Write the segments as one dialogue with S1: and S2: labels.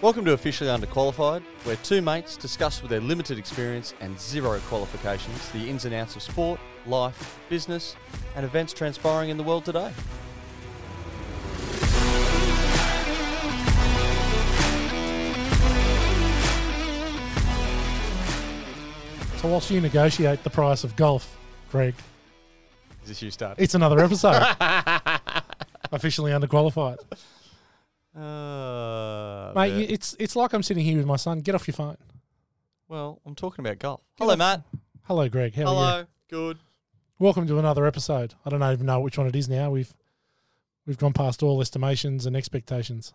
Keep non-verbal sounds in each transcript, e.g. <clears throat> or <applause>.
S1: Welcome to Officially Underqualified, where two mates discuss with their limited experience and zero qualifications the ins and outs of sport, life, business, and events transpiring in the world today.
S2: So whilst you negotiate the price of golf, Greg,
S1: Is this you Ah, start? <laughs>
S2: it's <laughs> another episode. Officially underqualified,
S1: Uh,
S2: mate.
S1: yeah.
S2: you- It's it's like I'm sitting here with my son. Get off your phone.
S1: well, I'm talking about golf. Hello, Matt.
S2: Hello, Greg. How are you?
S1: Hello. Good.
S2: Welcome to another episode. I don't even know which one it is now. We've we've gone past all estimations and expectations.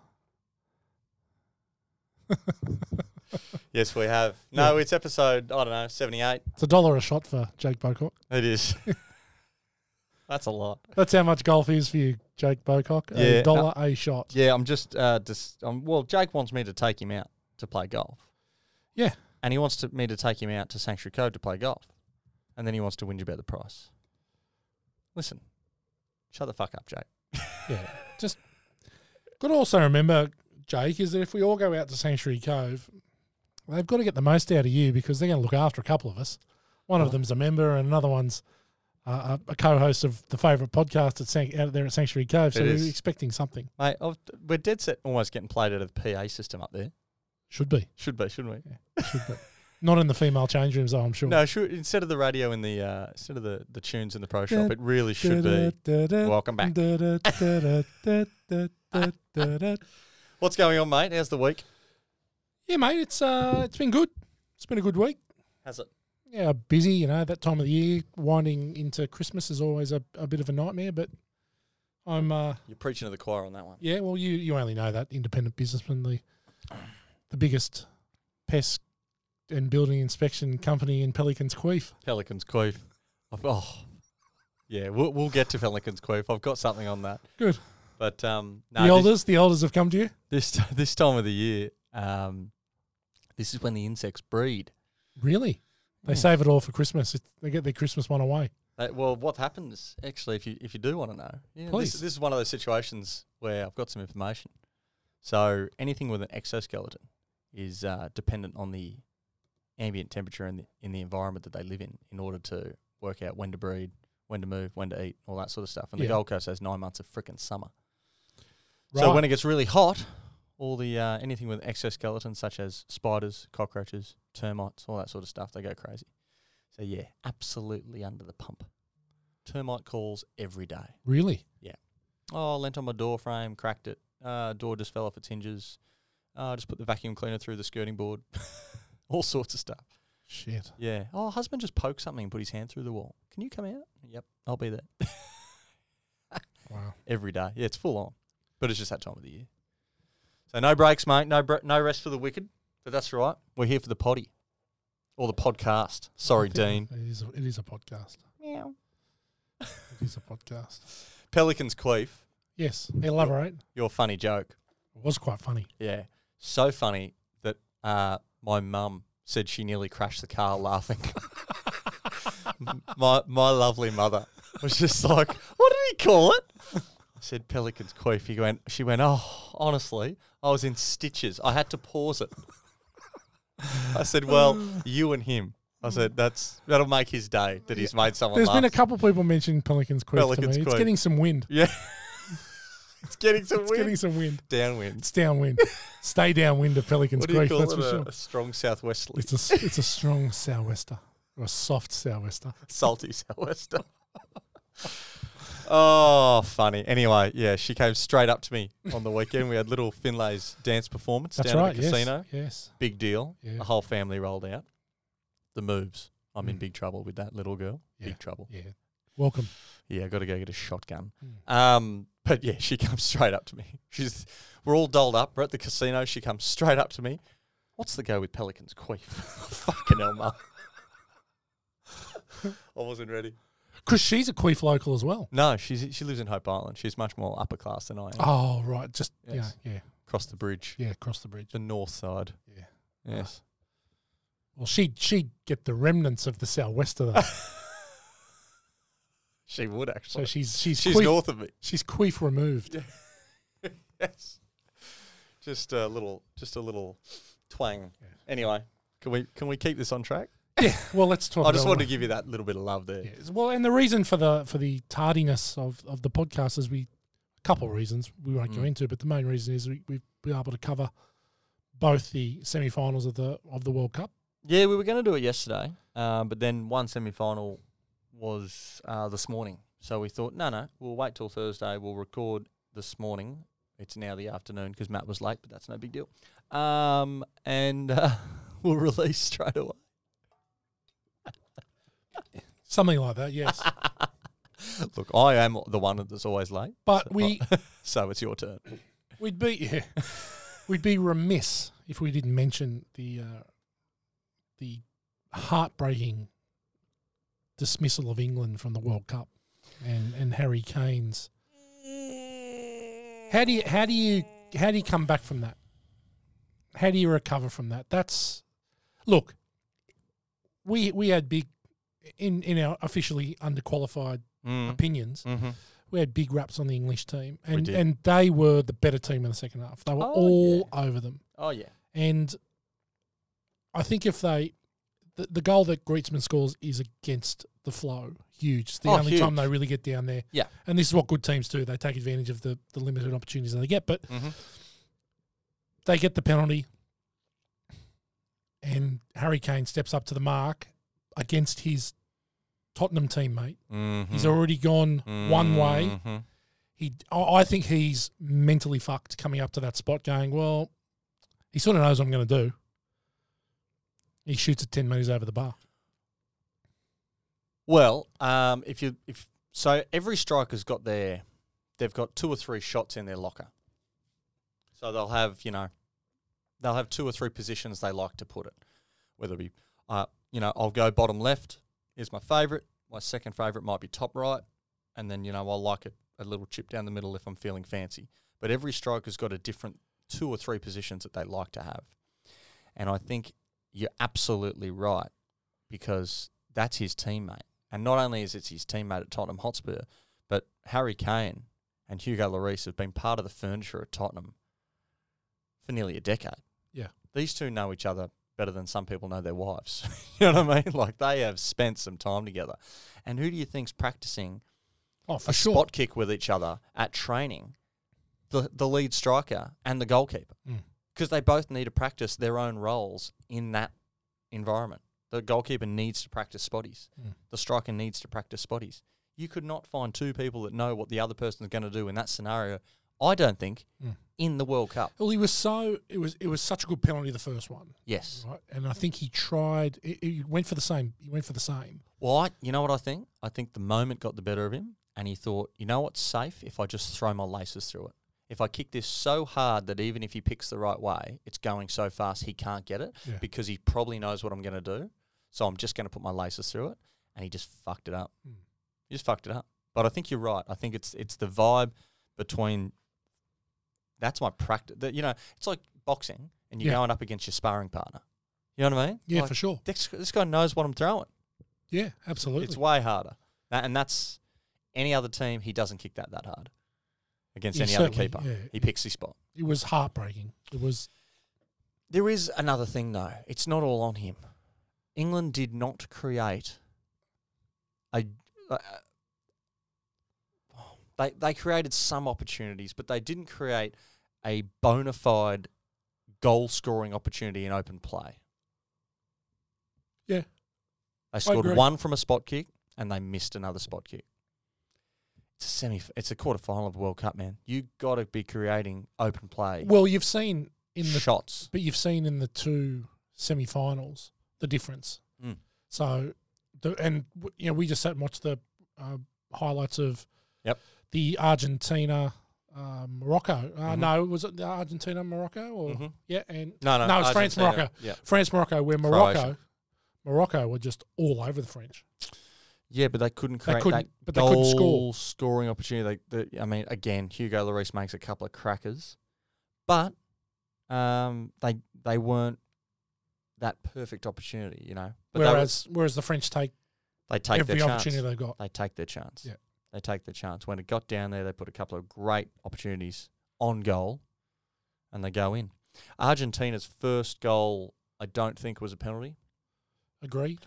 S1: Yes, we have. No, it's episode, I don't know, 78.
S2: It's a dollar a shot for Jake Bocock.
S1: It is. <laughs> That's a lot.
S2: That's how much golf is for you, Jake Bocock.
S1: Yeah.
S2: A dollar a shot.
S1: Yeah, I'm just, uh, dis- um, well, Jake wants me to take him out to play golf.
S2: Yeah.
S1: And he wants to, me to take him out to Sanctuary Cove to play golf. And then he wants to whinge about the price. Listen, shut the fuck up, Jake.
S2: Yeah. Just got to also remember, Jake, is that if we all go out to Sanctuary Cove, they've got to get the most out of you because they're going to look after a couple of us. One of them's a member, and another one's uh, a a co-host of the favourite podcast at San- out there at Sanctuary Cove. So
S1: It is.
S2: we're expecting something.
S1: Mate, I've, we're dead set almost getting played out of the PA system up there.
S2: Should be,
S1: Should be, shouldn't we?
S2: should be. Not in the female change rooms, though. I'm sure.
S1: No, should, instead of the radio and the, uh, instead of the, the tunes in the pro shop, it really should be. Welcome back. What's going on, mate? How's the week?
S2: yeah, mate. It's uh, it's been good. It's been a good week.
S1: How's it?
S2: yeah, busy. You know, that time of the year, winding into Christmas is always a, a bit of a nightmare. But I'm, uh,
S1: You're preaching to the choir on that one.
S2: yeah. Well, you you only know that independent businessman, the the biggest pest and building inspection company in Pelican's Queef.
S1: Pelicans Queef. I've, oh, yeah. We'll, we'll get to Pelicans Queef. I've got something on that.
S2: Good.
S1: But um,
S2: the
S1: no, this,
S2: elders, the elders have come to you.
S1: this <laughs> this time of the year, um, this is when the insects breed.
S2: Really? They
S1: Yeah.
S2: save it all for Christmas. It, they get their Christmas one away.
S1: Uh, well, what happens actually if you if you do want to know? Yeah,
S2: Please.
S1: This, this is one of those situations where I've got some information. So anything with an exoskeleton is uh, dependent on the ambient temperature in the in the environment that they live in in order to work out when to breed, when to move, when to eat, all that sort of stuff. And
S2: Yeah.
S1: the Gold Coast has nine months of frickin' summer. So when it gets really hot, all the uh, anything with exoskeletons such as spiders, cockroaches, termites, all that sort of stuff, they go crazy. So yeah, absolutely under the pump. Termite calls every day.
S2: really?
S1: Oh, lent on my door frame, cracked it. Uh, door just fell off its hinges. Uh, just put the vacuum cleaner through the skirting board. <laughs> all sorts of stuff.
S2: Shit.
S1: Yeah. Oh, husband just poked something and put his hand through the wall. Can you come out? Yep, I'll be there
S2: Wow.
S1: every day. Yeah, it's full on, but it's just that time of the year. So no breaks, mate. No bre- no rest for the wicked. But that's all right. We're here for the potty or the podcast. Sorry,
S2: I think
S1: Dean.
S2: It is. A, it is a podcast.
S1: Meow.
S2: It is a podcast.
S1: Pelicans queef.
S2: Yes. Elaborate.
S1: Your funny joke.
S2: It was quite funny.
S1: Yeah, so funny that uh, my mum said she nearly crashed the car laughing. <laughs> my my lovely mother was just like, "What did he call it?" I said pelican's queef. He went. She went. Oh, honestly, I was in stitches. I had to pause it. I said, "Well, you and him." I said, "That's that'll make his day that he's made someone
S2: There's
S1: laugh."
S2: been a couple of people mentioning Pelican's Quest
S1: Pelican's
S2: to me.
S1: Quest.
S2: It's getting some wind.
S1: yeah, <laughs> it's getting some
S2: It's
S1: wind.
S2: getting some wind.
S1: downwind. <laughs>
S2: It's downwind. Stay downwind of Pelican's
S1: What do you
S2: Quest,
S1: call
S2: that's
S1: it? uh,
S2: for
S1: A,
S2: sure.
S1: a strong southwesterly.
S2: It's a, s- it's a strong sou'wester or a soft sou'wester.
S1: salty sou'wester. oh, funny. Anyway, yeah, she came straight up to me on the weekend. We had little Finlay's dance performance
S2: That's
S1: down
S2: right.
S1: at the casino. Oh.
S2: Yes. yes.
S1: Big deal.
S2: Yeah.
S1: The whole family rolled out. The moves. I'm in
S2: Mm.
S1: big trouble with that little girl.
S2: Yeah.
S1: Big trouble.
S2: Yeah. Welcome.
S1: Yeah, I got to go get a shotgun.
S2: Mm.
S1: Um, but yeah, she <laughs> comes straight up to me. She's we're all dolled up. We're at the casino. She comes straight up to me. What's the go with Pelicans queef? <laughs> Fucking hell, mum. <laughs> I wasn't ready.
S2: Because she's a queef local as well.
S1: No, she's she lives in Hope Island. She's much more upper class than I am.
S2: Oh, right. Just,
S1: Yes.
S2: yeah, yeah.
S1: Across the bridge,
S2: Yeah. Across the bridge.
S1: the north side.
S2: Yeah.
S1: Yes.
S2: Well, she'd, she'd get the remnants of the sou'wester, though.
S1: She would
S2: so
S1: <laughs> actually.
S2: she's,
S1: <laughs>
S2: she's,
S1: she's <laughs>
S2: queef,
S1: north of me.
S2: she's queef removed.
S1: yes. Just a little, just a little twang. Anyway, can we can we keep this on track?
S2: Well, let's talk.
S1: I just
S2: about
S1: wanted to give you that little bit of love there.
S2: Yes. Well, and the reason for the for the tardiness of, of the podcast is we a couple of reasons we won't go
S1: Mm.
S2: into, but the main reason is we, we've been able to cover both the semi-finals of the of the World Cup.
S1: Yeah, we were going to do it yesterday, uh, but then one semi final was uh, this morning. So we thought, no, no, we'll wait till Thursday. We'll record this morning. It's now the afternoon because Matt was late, but that's no big deal. Um, and uh, <laughs> we'll release straight away. <laughs>
S2: Something like that, yes.
S1: <laughs> Look, I am the one that's always late,
S2: But we
S1: so it's your
S2: <laughs>
S1: turn.
S2: we'd be yeah, we'd be remiss if we didn't mention the uh, the heartbreaking dismissal of England from the World Cup and, and Harry Kane's.
S1: Mm.
S2: How do you how do you how do you come back from that? How do you recover from that? That's look, we we had big in in our officially underqualified
S1: Mm.
S2: opinions
S1: hmm
S2: we had big raps on the English team, and
S1: did.
S2: and they were the better team in the second half. They were
S1: Oh,
S2: all over them,
S1: Oh, yeah.
S2: and I think if they, the, the goal that Griezmann scores is against the flow, huge. It's the
S1: Oh,
S2: only time
S1: huge.
S2: they really get down there.
S1: Yeah.
S2: and this is what good teams do. They take advantage of the the limited opportunities that they get, but
S1: Mhm.
S2: they get the penalty, and Harry Kane steps up to the mark against his Tottenham teammate.
S1: Mm-hmm.
S2: He's already gone one way
S1: Mhm.
S2: he I I think he's mentally fucked coming up to that spot going, well, he sort of knows what I'm going to do. He shoots it 10 metres over the bar.
S1: Well, um, if you if so, every striker's got their they've got two or three shots in their locker. So they'll have you know they'll have two or three positions they like to put it. Whether it be uh, you know I'll go bottom left is my favourite. My second favourite might be top right, and then you know I like it a little chip down the middle if I'm feeling fancy. But every striker's got a different two or three positions that they like to have, and I think you're absolutely right because that's his teammate. And not only is it his teammate at Tottenham Hotspur, but Harry Kane and Hugo Lloris have been part of the furniture at Tottenham for nearly a decade.
S2: Yeah.
S1: These two know each other better than some people know their wives. <laughs> you know what I mean? Like they have spent some time together. And who do you think's practicing
S2: Oh, for
S1: a
S2: sure.
S1: spot kick with each other at training? The the lead striker and the goalkeeper.
S2: Mm.
S1: Because they both need to practice their own roles in that environment. The goalkeeper needs to practice spotties.
S2: Mm.
S1: The striker needs to practice spotties. You could not find two people that know what the other person's going to do in that scenario. I don't think
S2: Mm.
S1: in the World Cup.
S2: Well, he was so it was it was such a good penalty the first one,
S1: Yes.
S2: right? And I think he tried. He he went for the same. He went for the same.
S1: Well, I, you know what I think? I think the moment got the better of him, and he thought, you know what's safe if I just throw my laces through it. If I kick this so hard that even if he picks the right way, it's going so fast he can't get it
S2: Yeah.
S1: because he probably knows what I'm going to do. So I'm just going to put my laces through it, and he just fucked it up.
S2: Mm.
S1: He just fucked it up. But I think you're right. I think it's it's the vibe between. That's my practice. That you know, it's like boxing, and you're
S2: Yeah.
S1: going up against your sparring partner. You know what I mean?
S2: Yeah,
S1: Like,
S2: for sure.
S1: this, this guy knows what I'm throwing.
S2: Yeah, absolutely.
S1: It's way harder. Tha- and that's any other team, he doesn't kick that that hard against
S2: He
S1: any other
S2: certainly-
S1: keeper.
S2: yeah.
S1: He picks his spot.
S2: it was heartbreaking. It was
S1: There is another thing, though. It's not all on him. England did not create a. a- they, they created some opportunities, but they didn't create a bona fide goal scoring opportunity in open play.
S2: Yeah.
S1: They scored
S2: agree.
S1: one from a spot kick and they missed another spot kick. It's a semi it's a quarter final of the World Cup, man. You gotta be creating open play
S2: well. You've seen in the
S1: shots.
S2: But you've seen in the two semi-finals the difference.
S1: Mm.
S2: So, the, and w- you know, we just sat and watched the uh, highlights of
S1: Yep.
S2: the Argentina um, Morocco. Uh,
S1: Mhm.
S2: No, was it the Argentina Morocco or
S1: Mhm.
S2: yeah? And
S1: No, no,
S2: No, it's France,
S1: Argentina.
S2: Morocco.
S1: Yeah.
S2: France Morocco, where Morocco,
S1: Croatia.
S2: Morocco were just all over the French.
S1: Yeah, but they couldn't
S2: They
S1: create
S2: couldn't,
S1: that
S2: but they
S1: goal
S2: couldn't score.
S1: scoring opportunity. They, they, I mean, again, Hugo Lloris makes a couple of crackers, but um, they they weren't that perfect opportunity, you know. But they, were-
S2: Whereas, whereas the French take
S1: they take
S2: every
S1: their
S2: opportunity
S1: chance.
S2: they've got.
S1: They take their chance.
S2: Yeah.
S1: They take their chance. When it got down there, they put a couple of great opportunities on goal, and and they go in. Argentina's first goal, I don't think, was a penalty,
S2: Agreed.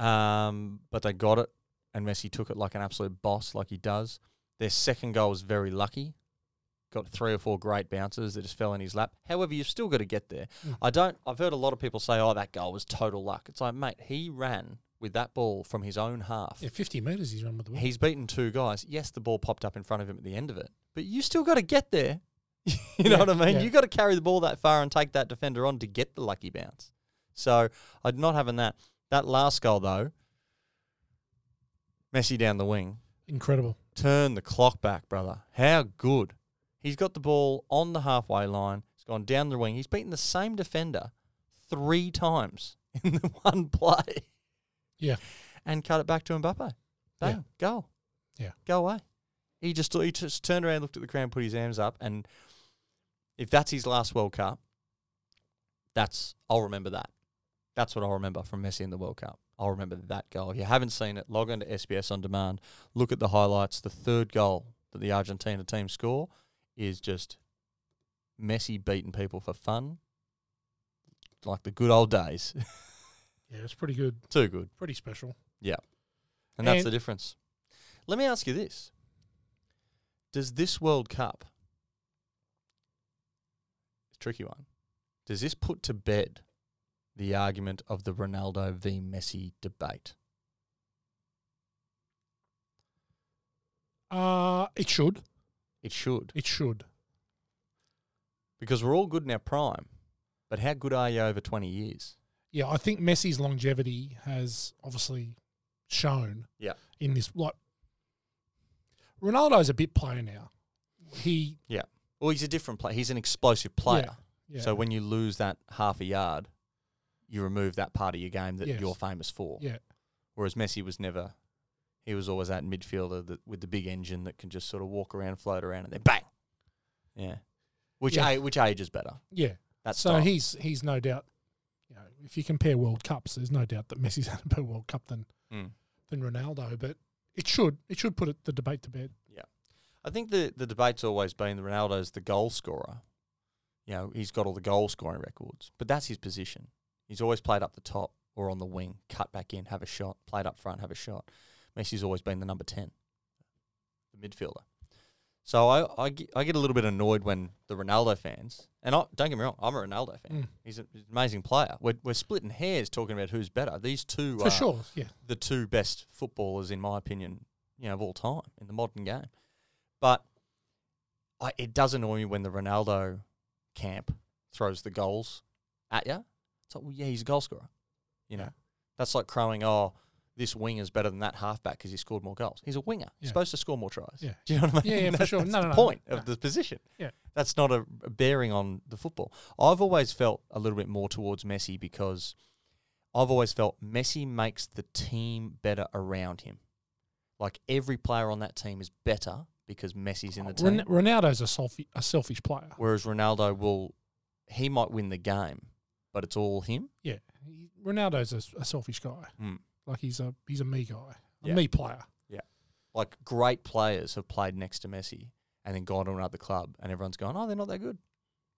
S1: um, but they got it, and Messi took it like an absolute boss, like he does. Their second goal was very lucky. Got three or four great bounces that just fell in his lap. However, you've still got to get there.
S2: Mm.
S1: I don't. I've heard a lot of people say, "Oh, that goal was total luck." It's like, mate, he ran with that ball from his own half.
S2: Yeah, 50 metres he's run with the ball.
S1: He's beaten two guys. Yes, the ball popped up in front of him at the end of it, but you still got to get there. <laughs> you know
S2: Yeah,
S1: what I mean?
S2: yeah.
S1: You got to carry the ball that far and take that defender on to get the lucky bounce. So I'd not having that. That last goal though, Messi down the wing,
S2: Incredible.
S1: turn the clock back, brother. How good! He's got the ball on the halfway line. It's gone down the wing. He's beaten the same defender three times <laughs> in the one play
S2: Yeah.
S1: and cut it back to Mbappe. Bang, goal.
S2: Yeah.
S1: Go away. He just he just turned around, looked at the crowd, put his arms up, and if that's his last World Cup, that's I'll remember that. That's what I'll remember from Messi in the World Cup. I'll remember that goal. If you haven't seen it, log on to SBS on demand, look at the highlights. The third goal that the Argentina team score is just Messi beating people for fun. Like the good old days. <laughs>
S2: Yeah, it's pretty good.
S1: Too good.
S2: Pretty special.
S1: And that's
S2: And-
S1: the difference. Let me ask you this. Does this World Cup, it's a tricky one, does this put to bed the argument of the Ronaldo v Messi debate?
S2: Uh, it should.
S1: It should,
S2: It should.
S1: because we're all good in our prime, but how good are you over 20 years?
S2: Yeah, I think Messi's longevity has obviously shown.
S1: Yeah.
S2: In this, like, Ronaldo's a bit player now. He,
S1: Well, he's a different player. He's an explosive player.
S2: yeah,
S1: So when you lose that half a yard, you remove that part of your game that
S2: Yes.
S1: you're famous for.
S2: yeah,
S1: Whereas Messi was never, he was always that midfielder that, with the big engine that can just sort of walk around, float around, and then bang. Yeah. Which
S2: Yeah.
S1: a which age is better?
S2: yeah.
S1: That's
S2: so
S1: style.
S2: he's he's no doubt. You know, if you compare World Cups, there's no doubt that Messi's <laughs> had a better World Cup than
S1: Mm.
S2: than Ronaldo. But it should it should put it, the debate to bed.
S1: I think the the debate's always been that Ronaldo's the goal scorer. You know, he's got all the goal scoring records, but that's his position. He's always played up the top or on the wing, cut back in, have a shot, played up front, have a shot. Messi's always been the number 10, the midfielder. So I, I, ge- I get a little bit annoyed when the Ronaldo fans, and I, don't get me wrong, I'm a Ronaldo fan.
S2: Mm.
S1: He's, a, he's an amazing player. We're, we're splitting hairs talking about who's better. These two
S2: For
S1: are
S2: sure, yeah.
S1: the two best footballers, in my opinion, you know, of all time in the modern game. But I, it does annoy me when the Ronaldo camp throws the goals at you. It's like, well, yeah, he's a goal scorer. You know,
S2: Yeah.
S1: that's like crowing, oh, this winger's better than that halfback because he scored more goals. He's a winger. He's
S2: Yeah.
S1: supposed to score more tries.
S2: Yeah.
S1: Do you know what I mean?
S2: Yeah, yeah, for
S1: That-
S2: sure.
S1: That's
S2: No,
S1: the
S2: no, no.
S1: point of
S2: No.
S1: the position.
S2: Yeah.
S1: That's not a, a bearing on the football. I've always felt a little bit more towards Messi because I've always felt Messi makes the team better around him. Like every player on that team is better because Messi's in the team.
S2: Ron- Ronaldo's a selfish a selfish player.
S1: Whereas Ronaldo will, he might win the game, but it's all him.
S2: Yeah, he- Ronaldo's a, a selfish guy.
S1: Mm.
S2: Like he's a he's a me guy, a
S1: Yeah.
S2: me player.
S1: Like great players have played next to Messi and then gone to another club, and everyone's gone, oh, they're not that good.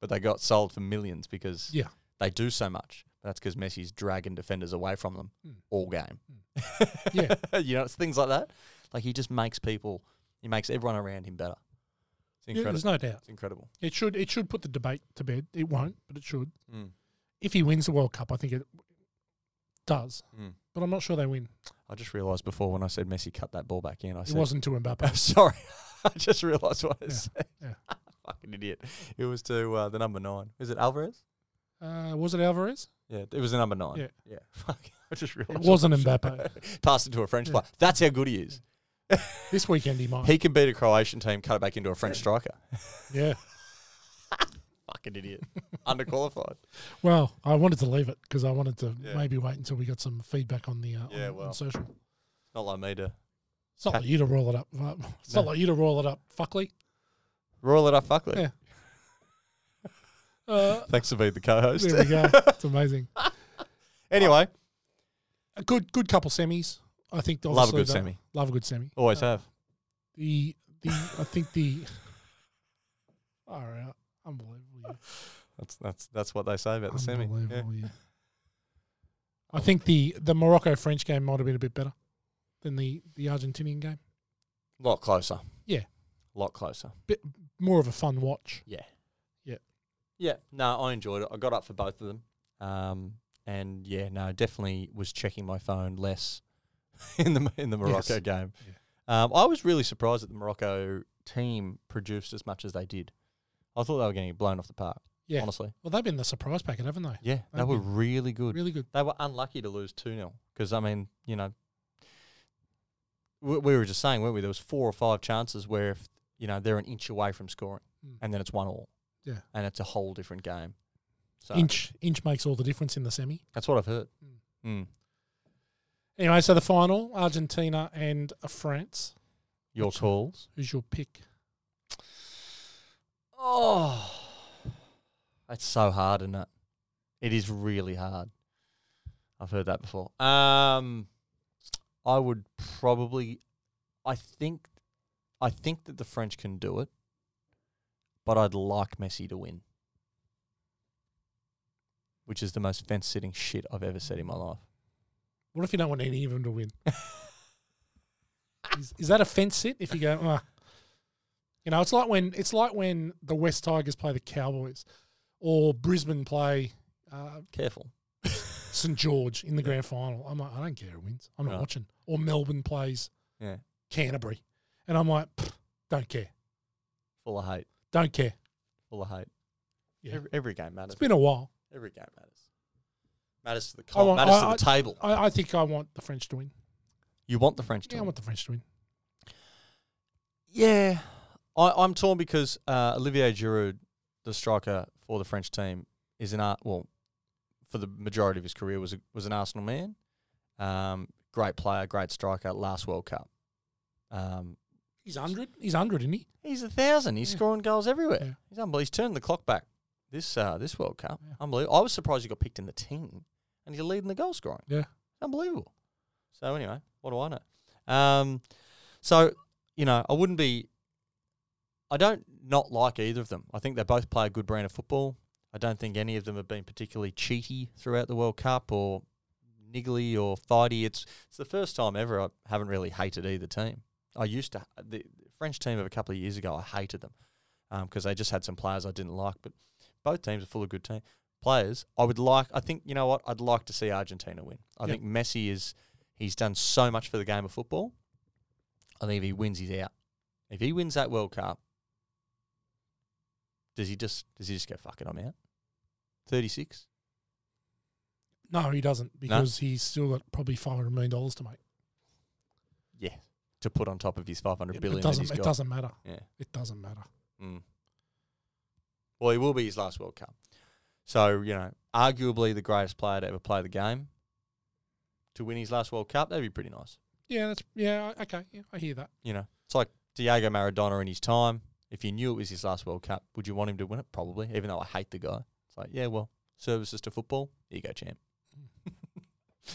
S1: But they got sold for millions because
S2: Yeah.
S1: they do so much. That's because Messi's dragging defenders away from them
S2: Mm.
S1: all game.
S2: Hmm.
S1: <laughs>
S2: Yeah.
S1: you know, it's things like that. Like he just makes people, he makes everyone around him better. It's
S2: Yeah,
S1: incredible.
S2: there's no doubt.
S1: it's incredible.
S2: It should it should put the debate to bed. It won't, but it should.
S1: Mm.
S2: If he wins the World Cup, I think it does.
S1: Mm.
S2: But I'm not sure they win.
S1: I just realised before when I said Messi cut that ball back in, I <laughs>
S2: It
S1: said,
S2: wasn't to Mbappe.
S1: sorry, <laughs> I just realised what I
S2: Yeah,
S1: said.
S2: yeah.
S1: <laughs> Fucking idiot. It was to uh, the number nine. Is it Alvarez?
S2: Uh, was it Alvarez?
S1: Yeah, it was the number nine.
S2: Yeah.
S1: yeah. <laughs> Fuck, I just realised.
S2: It
S1: what
S2: wasn't
S1: I said. <laughs>
S2: Mbappe.
S1: Passed it to a French
S2: Yeah.
S1: player. That's how good he is.
S2: This weekend he might.
S1: He can beat a Croatian team, cut it back into a French striker.
S2: yeah.
S1: <laughs> Fucking idiot. <laughs> Underqualified.
S2: Well, I wanted to leave it because I wanted to
S1: Yeah.
S2: maybe wait until we got some feedback on the uh,
S1: Yeah,
S2: on- on,
S1: well.
S2: social.
S1: Not like me to
S2: It's not
S1: Cut.
S2: like you to roll it up. uh, It's
S1: No.
S2: not like you to roll it up. Fuckley.
S1: roll it up, fuckly.
S2: Yeah. Uh,
S1: <laughs> Thanks for being the co-host.
S2: there we go. It's amazing.
S1: <laughs> anyway,
S2: A good good couple semis. I think the-
S1: love a
S2: obviously
S1: good
S2: the-
S1: semi.
S2: Love a good semi.
S1: Always
S2: Uh,
S1: have.
S2: <laughs> The the I think the all right, unbelievable. you.
S1: That's that's that's what they say about the semi. Yeah.
S2: Unbelievable, yeah. I think the, the Morocco French game might have been a bit better than the, the Argentinian game.
S1: Lot closer.
S2: Yeah.
S1: Lot closer.
S2: Bit more of a fun watch.
S1: Yeah. No, I enjoyed it. I got up for both of them. Um, and yeah, no, definitely was checking my phone less <laughs> in the in the Morocco
S2: Yes.
S1: game. Um, I was really surprised that the Morocco team produced as much as they did. I thought they were getting blown off the park.
S2: Yeah.
S1: Honestly.
S2: Well, they've been the surprise packet, haven't they?
S1: Yeah. They
S2: They've
S1: were
S2: been
S1: really good.
S2: Really good.
S1: They were unlucky to lose 2 0 because, I mean, you know, we, we were just saying, weren't we? There was four or five chances where, if, you know, they're an inch away from scoring
S2: Mm.
S1: and then it's one all.
S2: Yeah.
S1: And it's a whole different game. So
S2: Inch inch makes all the difference in the semi.
S1: that's what I've heard.
S2: Mm.
S1: Mm.
S2: Anyway, so the final Argentina and uh, France.
S1: Your calls.
S2: Who's your pick?
S1: Oh, that's so hard, isn't it? It is really hard. I've heard that before. Um, I would probably, I think, I think that the French can do it, but I'd like Messi to win, which is the most fence-sitting shit I've ever said in my life.
S2: What if you don't want any of them to win? is, is that a fence sit? If you go, "Ah." you know, it's like when it's like when the West Tigers play the Cowboys, or Brisbane play uh,
S1: Careful.
S2: St George in the grand final. I'm like, I don't care who wins. I'm not
S1: Right.
S2: watching. Or Melbourne plays
S1: Yeah,
S2: Canterbury, and I'm like, "Pff, don't care,
S1: full of hate.
S2: don't care.
S1: Full of hate.
S2: Yeah.
S1: Every, every game
S2: It's
S1: matters.
S2: been a while.
S1: Every game matters. Matters to the col-
S2: want-
S1: matters
S2: I-
S1: to the table.
S2: I, I think I want the French to win.
S1: You want the French to
S2: Yeah, I
S1: win.
S2: want the French to win.
S1: Yeah, I, I'm torn because uh, Olivier Giroud, the striker for the French team, is an art. Well, for the majority of his career, was a, was an Arsenal man. Um, great player, great striker. Last World Cup, um,
S2: He's hundred. He's hundred, isn't he?
S1: he's a thousand. He's
S2: Yeah.
S1: scoring goals everywhere.
S2: Yeah.
S1: He's unbelievable. He's turned the clock back this uh, this World Cup.
S2: Yeah.
S1: Unbelievable. I was surprised you got picked in the team, and you're leading the goal scoring.
S2: Yeah.
S1: unbelievable. So anyway, what do I know? Um, so you know, I wouldn't be. I don't not like either of them. I think they both play a good brand of football. I don't think any of them have been particularly cheaty throughout the World Cup or niggly or fighty. It's it's the first time ever I haven't really hated either team. I used to uh, the French team of a couple of years ago. I hated them because they just had some players I didn't like. But both teams are full of good team players. I would like. I think you know what. I'd like to see Argentina win. I
S2: Yep.
S1: think Messi is. He's done so much for the game of football. I think if he wins, he's out. If he wins that World Cup, does he just does he just go fuck it? I'm out. Thirty six.
S2: No, he doesn't because he's still got probably five hundred million dollars to make.
S1: Yeah. To put on top of his five hundred
S2: It,
S1: billion.
S2: it
S1: that
S2: doesn't.
S1: he's
S2: It
S1: got.
S2: doesn't matter.
S1: Yeah.
S2: It doesn't matter.
S1: Mm. Well, it will be his last World Cup. So, you know, arguably the greatest player to ever play the game to win his last World Cup, that'd be pretty nice.
S2: Yeah, that's yeah. Okay, yeah, I hear that.
S1: You know, it's like Diego Maradona in his time. If you knew it was his last World Cup, would you want him to win it? Probably, even though I hate the guy. It's like, yeah, well, services to football. Here you go, champ. <laughs>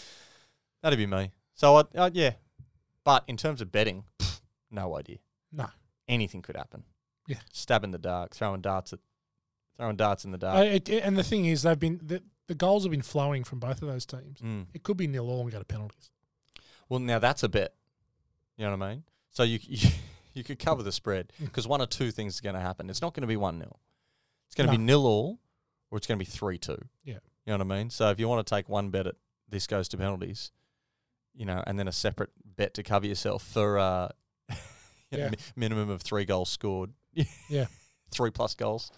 S1: that'd be me. So, I'd, I'd, yeah. But in terms of betting, no idea.
S2: No,
S1: Anything could happen.
S2: Yeah.
S1: Stab in the dark, throwing darts at, throwing darts in the dark.
S2: I, it, and the thing is, they've been the, the goals have been flowing from both of those teams.
S1: Mm.
S2: It could be nil all and go to penalties.
S1: Well, now that's a bet. You know what I mean? So you <laughs> you, you could cover the spread
S2: Mm.
S1: because one or two things is going to happen. It's not going to be one 0 It's going to be
S2: No.
S1: nil all, or it's going to be three two.
S2: Yeah.
S1: You know what I mean? So if you want to take one bet at this goes to penalties, you know, and then a separate bet to cover yourself for uh, <laughs> you know,
S2: Yeah.
S1: mi- minimum of three goals scored. <laughs>
S2: Yeah.
S1: Three plus goals.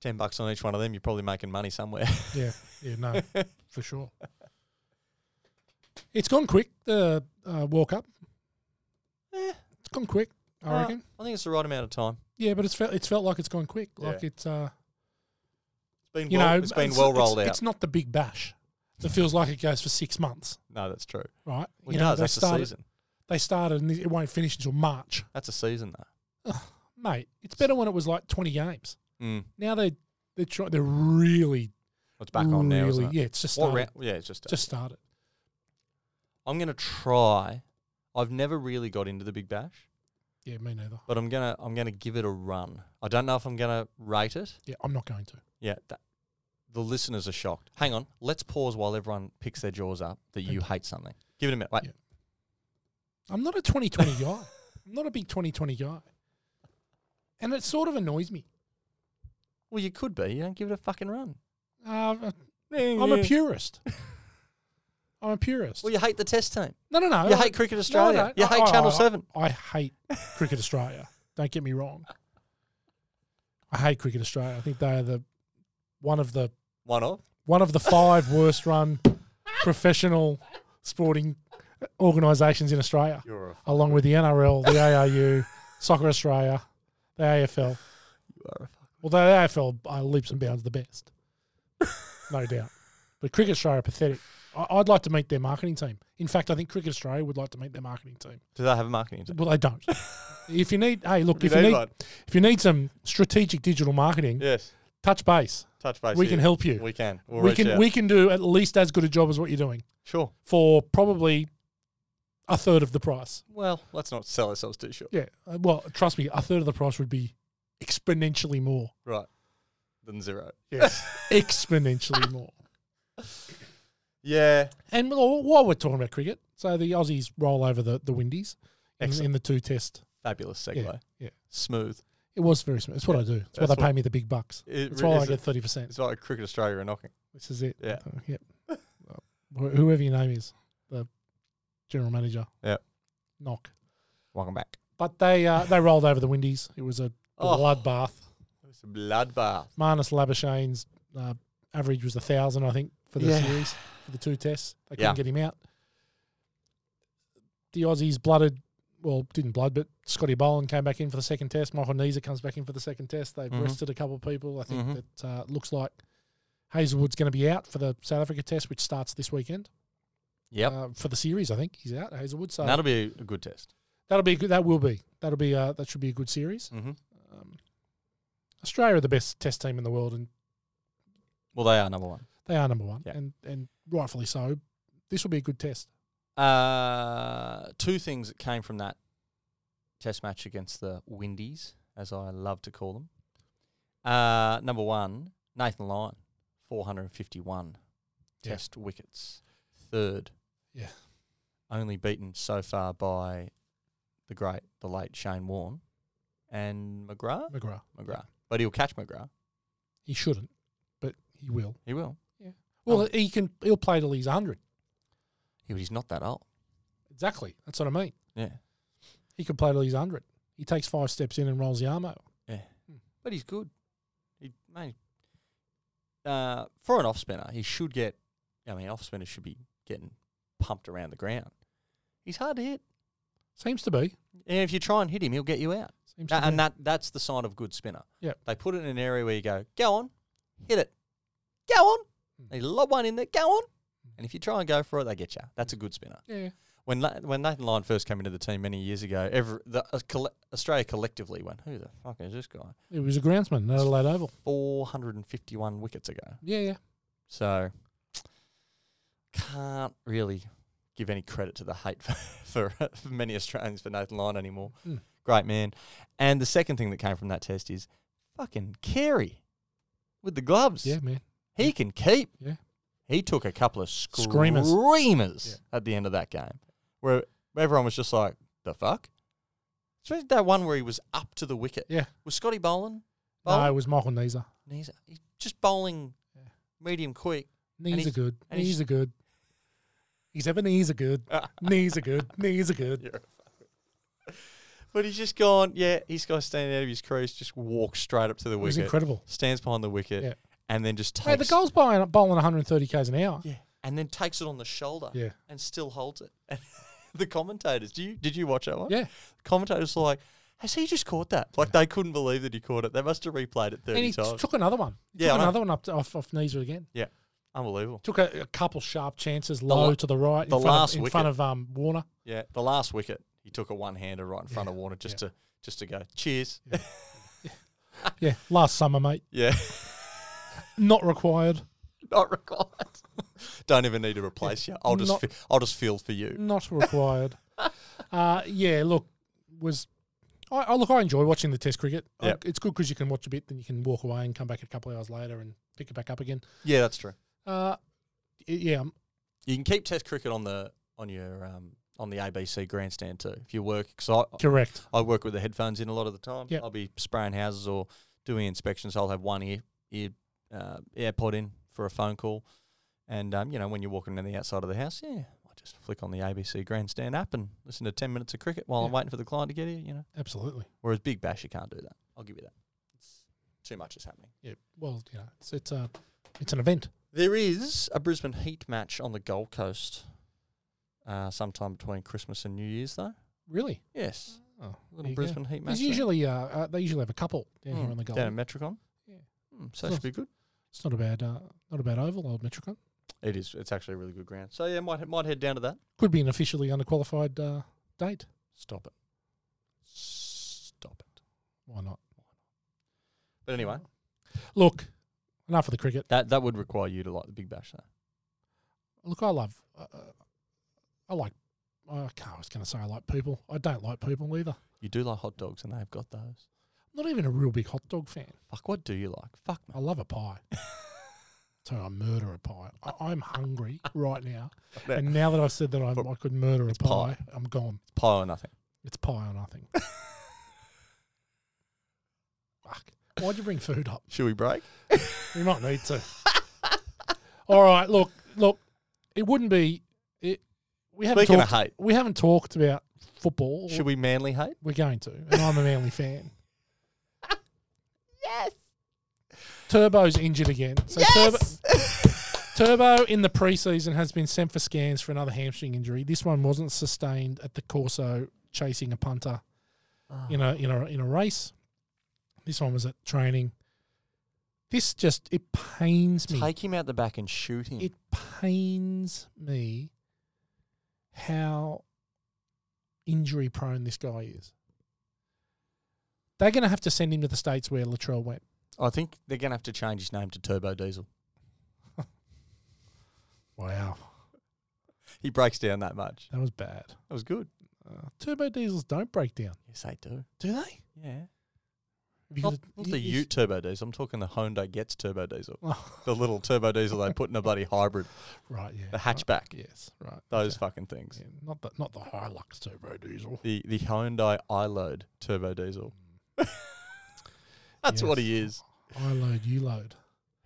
S1: Ten bucks on each one of them. You're probably making money somewhere. <laughs>
S2: Yeah, yeah, no, for sure. It's gone quick. The uh, World Cup.
S1: Eh,
S2: It's gone quick. I
S1: Uh,
S2: reckon.
S1: I think it's the right amount of time.
S2: Yeah, but it's felt it's felt like it's gone quick. Like
S1: Yeah.
S2: it's uh,
S1: It's been
S2: you
S1: well,
S2: know,
S1: it's been well rolled
S2: it's,
S1: out.
S2: It's not the big bash. It feels like it goes for six months,
S1: No, that's true.
S2: right?
S1: Well,
S2: you
S1: it
S2: know,
S1: does.
S2: they
S1: That's
S2: started.
S1: a season.
S2: They started and it won't finish until March,
S1: That's a season, though.
S2: mate. It's better when it was like twenty games.
S1: Mm.
S2: Now they they're try, they're really
S1: It's back on now,
S2: really-
S1: isn't it?
S2: Yeah, it's just
S1: What
S2: started.
S1: round- Yeah, it's just.
S2: Just started.
S1: I'm going to try. I've never really got into the Big Bash.
S2: Yeah, me neither.
S1: but I'm gonna I'm gonna give it a run. I don't know if I'm gonna rate it.
S2: Yeah, I'm not going to.
S1: Yeah, that, the listeners are shocked. Hang on, let's pause while everyone picks their jaws up that you hate something. Give it a minute. Wait,
S2: Yeah. I'm not
S1: <laughs>
S2: a 2020 guy. I'm not a big 2020 guy. And it sort of annoys me.
S1: well you could be. You don't give it a fucking run.
S2: Uh, <laughs> I'm a purist. I'm a purist.
S1: Well, you hate the test team.
S2: No, no, no. Oh.
S1: You hate Cricket Australia. You hate Channel 7.
S2: I hate Cricket Australia. Don't get me wrong. I hate Cricket Australia. I think they are the one of the
S1: One of.
S2: one of the five worst run professional sporting organisations in Australia,
S1: You're a
S2: along with the NRL, the ARU, Soccer Australia, the AFL.
S1: you are a fuck.
S2: Although the AFL are leaps and bounds the best, no doubt. But Cricket Australia are pathetic. I- I'd like to meet their marketing team. In fact, I think Cricket Australia would like to meet their marketing team.
S1: Do they have a marketing team?
S2: Well, they don't. if you need, hey, look,
S1: You
S2: if you
S1: need
S2: need,
S1: one.
S2: if you need some strategic digital marketing,
S1: Yes.
S2: touch base.
S1: Touch base.
S2: we
S1: here.
S2: can help you.
S1: We can. We'll
S2: we
S1: reach
S2: can
S1: out.
S2: we can do at least as good a job as what you're doing
S1: sure.
S2: for probably a third of the price.
S1: Well, let's not sell ourselves too short.
S2: Yeah. Uh, Well, trust me, a third of the price would be exponentially more.
S1: Right. Than zero.
S2: Yes,
S1: <laughs>
S2: exponentially more.
S1: Yeah.
S2: And while while we're talking about cricket, so the Aussies roll over the the Windies in, in
S1: Excellent.
S2: the two test.
S1: Fabulous segue.
S2: Yeah, yeah.
S1: Smooth.
S2: It was very smooth. It's what I do. It's why
S1: That's
S2: they pay me the big bucks.
S1: It
S2: That's
S1: re-
S2: why I
S1: is
S2: get
S1: it-
S2: thirty percent.
S1: It's like Cricket Australia are knocking.
S2: This is it.
S1: Yeah.
S2: Uh, yep. Wh- Whoever your name is, the general manager.
S1: Yeah.
S2: Knock.
S1: Welcome back.
S2: But they uh, they rolled over the Windies. It was a
S1: Oh.
S2: bloodbath.
S1: It's a bloodbath.
S2: Marnus Labuschagne's uh, average was a thousand, I think, for the
S1: Yeah.
S2: series for the two tests. They
S1: Yeah.
S2: couldn't get him out. The Aussies blooded. Well, didn't blood, but Scotty Boland came back in for the second test. Michael Neeser comes back in for the second test. They've
S1: Mhm.
S2: rested a couple of people. I think
S1: Mhm.
S2: that uh, looks like Hazelwood's going to be out for the South Africa test, which starts this weekend.
S1: Yep.
S2: uh, for the series. I think he's out Hazelwood, so that'll,
S1: That'll be a good test.
S2: be a good, that will be that'll be uh, that should be a good series.
S1: Mm-hmm.
S2: Um, Australia are the best Test team in the world, and
S1: Well, they are number one.
S2: they are number one,
S1: Yeah.
S2: and and rightfully so. This will be a good test.
S1: Uh, two things that came from that test match against the Windies, as I love to call them. Uh, number one, Nathan Lyon, 451
S2: Yeah.
S1: test wickets, third.
S2: Yeah.
S1: Only beaten so far by the great, the late Shane Warne and McGrath.
S2: McGrath,
S1: McGrath. But he'll catch McGrath.
S2: he shouldn't, but he will.
S1: He will.
S2: Well,
S1: Um,
S2: he can. He'll play till he's hundred.
S1: He, he's not that old.
S2: Exactly. That's what I mean.
S1: Yeah.
S2: He can play till he's hundred. He takes five steps in and rolls the arm out.
S1: But he's good. He mate, uh, for an off spinner, he should get. I mean, off spinners should be getting pumped around the ground. He's hard to hit,
S2: Seems to be.
S1: and if you try and hit him, he'll get you out.
S2: Seems
S1: Tha-
S2: to be.
S1: and that that's the sign of a good spinner.
S2: Yep.
S1: they put it in an area where you go, go on, hit it, go on.
S2: Mm.
S1: They lob one in there, go on. And if you try and go for it, they get you. That's a good spinner.
S2: yeah.
S1: When La- when Nathan Lyon first came into the team many years ago, every, the uh, colle- Australia collectively went, "Who the fuck is this guy?"
S2: It was a groundsman at Adelaide Oval.
S1: Four hundred and fifty-one wickets ago.
S2: Yeah, yeah.
S1: So can't really give any credit to the hate <laughs> for, for, for many Australians for Nathan Lyon anymore.
S2: Mm.
S1: Great man. And the second thing that came from that test is fucking Carey with the gloves.
S2: Yeah, man.
S1: He can keep.
S2: Yeah.
S1: He took a couple of
S2: Screamers.
S1: screamers, at the end of that game where everyone was just like, the fuck? Especially that one where he was up to the wicket.
S2: Yeah.
S1: Was Scotty bowling?
S2: No,
S1: Bowling?
S2: it was Michael Neeser.
S1: And he's, he's just bowling
S2: Yeah.
S1: medium quick.
S2: Knees
S1: he's-
S2: are good.
S1: and he's- Ah.
S2: Knees are good. He's ever knees are good. Knees are good. Knees
S1: <laughs>
S2: are good.
S1: But he's just gone, yeah, he's got standing out of his crease, just walks straight up to the
S2: It was
S1: wicket,
S2: incredible.
S1: stands behind the wicket,
S2: Yeah.
S1: and then just takes
S2: Hey, the goal's bowling, bowling 130 k's an hour.
S1: yeah, and then takes it on the shoulder
S2: Yeah.
S1: and still holds it. <laughs> And the commentators, do you did you watch that one?
S2: Yeah.
S1: Commentators were like, has he just caught that? Like they couldn't believe that he caught it. They must have replayed it
S2: And
S1: thirty
S2: he
S1: times.
S2: took another one. He
S1: Yeah, I
S2: took
S1: know.
S2: another one up to, off, off Kneeser again.
S1: Unbelievable.
S2: Took a, a couple sharp chances low
S1: la-
S2: to the right
S1: the
S2: in, front,
S1: last
S2: of, in
S1: wicket.
S2: front of um, Warner. <laughs>
S1: Yeah. The last wicket, he took a one hander right in front of Warner just to just to go, cheers.
S2: Yeah, last summer, mate.
S1: <laughs> Yeah. <laughs>
S2: Not required.
S1: Not required. <laughs> Don't even need to replace you. I'll just
S2: Not-
S1: fi- <laughs> I'll just field for you.
S2: Not required. uh, yeah, look, was I, I look, I enjoy watching the Test cricket. I-
S1: Yep.
S2: it's good because you can watch a bit, then you can walk away and come back a couple of hours later and pick it back up again.
S1: Yeah, that's true.
S2: Uh, y- yeah, I'm-
S1: You can keep Test cricket on the on your um, on the ABC grandstand too if you work. Cause I,
S2: correct.
S1: I work with the headphones in a lot of the time.
S2: Yep.
S1: I'll be spraying houses or doing inspections. I'll have one ear ear uh, AirPod in for a phone call, and um, you know when you're walking around the outside of the house, yeah, I just flick on the ABC Grandstand app and listen to ten minutes of cricket while I'm
S2: Yeah.
S1: waiting for the client to get here. You know,
S2: Absolutely.
S1: whereas Big Bash you can't do that. I'll give you that. It's too much is happening.
S2: Yeah. Well, you know, it's it's a it's an event.
S1: There is a Brisbane Heat match on the Gold Coast, uh, sometime between Christmas and New Year's though.
S2: Really.
S1: Yes, a
S2: Oh,
S1: little
S2: there you go.
S1: Brisbane Heat match.
S2: There's
S1: there.
S2: usually uh, uh, they usually have a couple down here
S1: Mm,
S2: on the Gold.
S1: down at Metricon.
S2: Yeah.
S1: Mm, so that should be good.
S2: It's not a bad uh, not a bad oval, old Metricon.
S1: It is. It's actually a really good ground. So yeah, might might head down to that.
S2: Could be an officially underqualified uh, date.
S1: Stop it. Stop it.
S2: Why not?
S1: But anyway,
S2: Look, enough of the cricket.
S1: that that would require you to like the Big Bash, though.
S2: Look, I love. Uh, uh, I like. I can't- I was going to say I like people. I don't like people either.
S1: You do like hot dogs, and they've got those.
S2: I'm not even a real big hot dog fan.
S1: Fuck. What do you like? Fuck.
S2: I
S1: Man.
S2: love
S1: <laughs>
S2: a pie. so I murder a pie. I, I'm hungry
S1: <laughs>
S2: right now,
S1: Yeah.
S2: and now that I've said that I'm, I could murder a
S1: It's pie.
S2: pie, I'm gone.
S1: Pie or nothing.
S2: It's pie
S1: <laughs>
S2: or nothing. Fuck. Why'd you bring food up?
S1: Should we break?
S2: We might need to. <laughs> All right, look, look. It wouldn't be. It, we haven't
S1: Speaking
S2: talked.
S1: of hate,
S2: we haven't talked about football.
S1: should we manly hate?
S2: We're going to, and I'm a Manly fan.
S1: Yes.
S2: Turbo's injured again. So Turbo,
S1: <laughs>
S2: Turbo in the preseason has been sent for scans for another hamstring injury. This one wasn't sustained at the Corso chasing a punter in a in a in a race. This one was at training. This just it pains me.
S1: Take him out the back and shoot him.
S2: it pains me how injury prone this guy is. They're going to have to send him to the states where Latrell went.
S1: I think they're gonna have to change his name to Turbo Diesel.
S2: Wow,
S1: He breaks down that much.
S2: that was bad.
S1: That was good.
S2: Uh, turbo diesels don't break down,
S1: Yes, they do.
S2: do they?
S1: Yeah.
S2: Have you
S1: Not,
S2: got a-
S1: not the
S2: you- you-
S1: Ute turbo diesel. I'm talking the Honda gets turbo diesel.
S2: <laughs> Oh,
S1: The little turbo diesel they put in a bloody <laughs> hybrid,
S2: right, yeah.
S1: the
S2: right,
S1: hatchback.
S2: yes, right.
S1: Those
S2: okay.
S1: fucking things.
S2: Yeah, not the not the Hilux turbo diesel.
S1: The the Hyundai iLoad turbo diesel. Hmm. <laughs> That's what
S2: Yes.
S1: he is.
S2: I load, you load.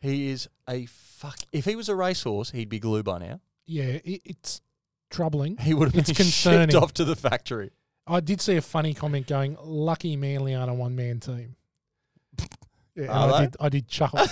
S1: He is a fuck. If he was a racehorse, he'd be glue by now.
S2: Yeah, it, it's troubling.
S1: He would have
S2: It's
S1: been <laughs>
S2: concerning.
S1: shipped off to the factory.
S2: I did see a funny comment going, "Lucky Manly aren't a
S1: <laughs>
S2: one-man team." Yeah, and
S1: Are
S2: I
S1: they?
S2: did. I did chuckle.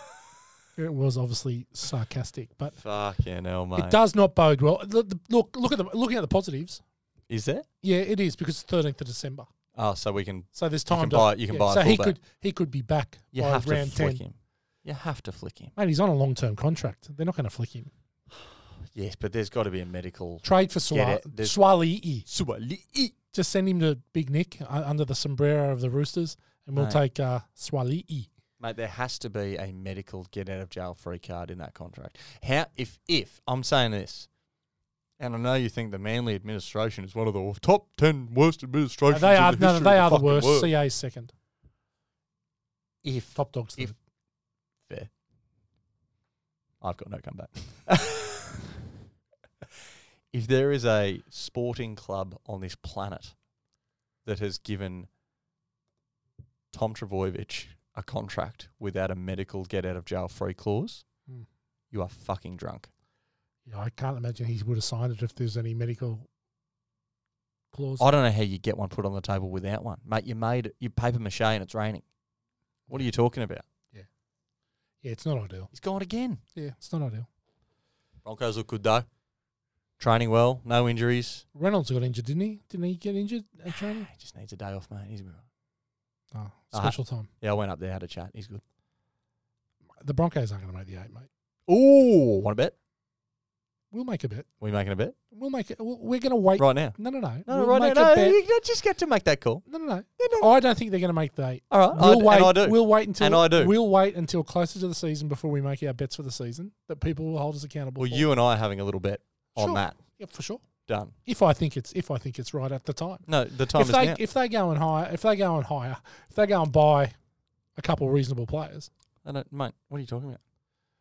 S2: <laughs> it was obviously sarcastic, but
S1: Fucking hell, mate.
S2: it does not bode well. Look, the- look, look at the looking at the positives.
S1: Is there?
S2: Yeah, it is because it's thirteenth of December,
S1: Oh, so we can.
S2: so there's
S1: You
S2: time
S1: can
S2: to
S1: buy. You can
S2: yeah,
S1: buy.
S2: So
S1: a
S2: he
S1: fullback.
S2: could he could be back
S1: You
S2: by
S1: have to
S2: round
S1: flick
S2: ten.
S1: him. You have to flick him.
S2: Mate, he's on a long-term contract. They're not going to flick him.
S1: Yes, but there's got to be a medical.
S2: Trade for Swa-
S1: it. There's-
S2: Swali'i.
S1: Swali-
S2: Just send him to Big Nick uh, under the sombrero of the Roosters, and we'll
S1: Mate.
S2: take uh, Swali'i.
S1: Mate, there has to be a medical get out of jail free card in that contract. How if if I'm saying this, and I know you think the Manly administration is one of the top ten worst
S2: No,
S1: administrations.
S2: Uh, they are
S1: in the
S2: no,
S1: history
S2: they are
S1: of
S2: the
S1: fucking
S2: worst.
S1: world.
S2: CA's second.
S1: If
S2: Top dogs.
S1: If-
S2: third.
S1: I've got no comeback. <laughs> if there is a sporting club on this planet that has given Tom Travojevic a contract without a medical get out of jail free clause,
S2: Hmm.
S1: you are fucking drunk.
S2: yeah, I can't imagine he would have signed it if there's any medical clause.
S1: I don't know how you get one put on the table without one, mate. You made you paper mache and it's raining. What are you talking about?
S2: yeah, it's not ideal.
S1: He's gone again.
S2: Yeah, it's not ideal.
S1: Broncos look good though. Training well, no injuries.
S2: Reynolds got injured, didn't he? Didn't he get injured at training?
S1: <sighs> He just needs a day off, mate. He's gonna be all right.
S2: Oh,
S1: Uh,
S2: special time.
S1: Yeah, I went up there, had a chat. He's good.
S2: The Broncos aren't going to make the eight, mate.
S1: Ooh, want a bet?
S2: We'll make a bet.
S1: We making a bet
S2: We'll make it. we'll- We're going to wait.
S1: right now?
S2: No, no, no.
S1: No,
S2: we'll
S1: right
S2: make
S1: now. No,
S2: a bet.
S1: you don't just get to make that call.
S2: No, no,
S1: Yeah, no,
S2: no. I don't think they're going to make the eight.
S1: All right,
S2: We'll wait.
S1: I, and I do.
S2: We'll wait until
S1: And I do.
S2: We'll wait until closer to the season before we make our bets for the season that people will hold us accountable.
S1: well,
S2: for.
S1: you and I are having a little bet on
S2: Sure.
S1: that.
S2: Yep, for sure.
S1: done.
S2: If I think it's if I think it's right at the time.
S1: No, the time
S2: if
S1: is
S2: they
S1: now.
S2: if they go and hire if they go and hire if they go and buy a couple reasonable players,
S1: I don't, mate, what are you talking about?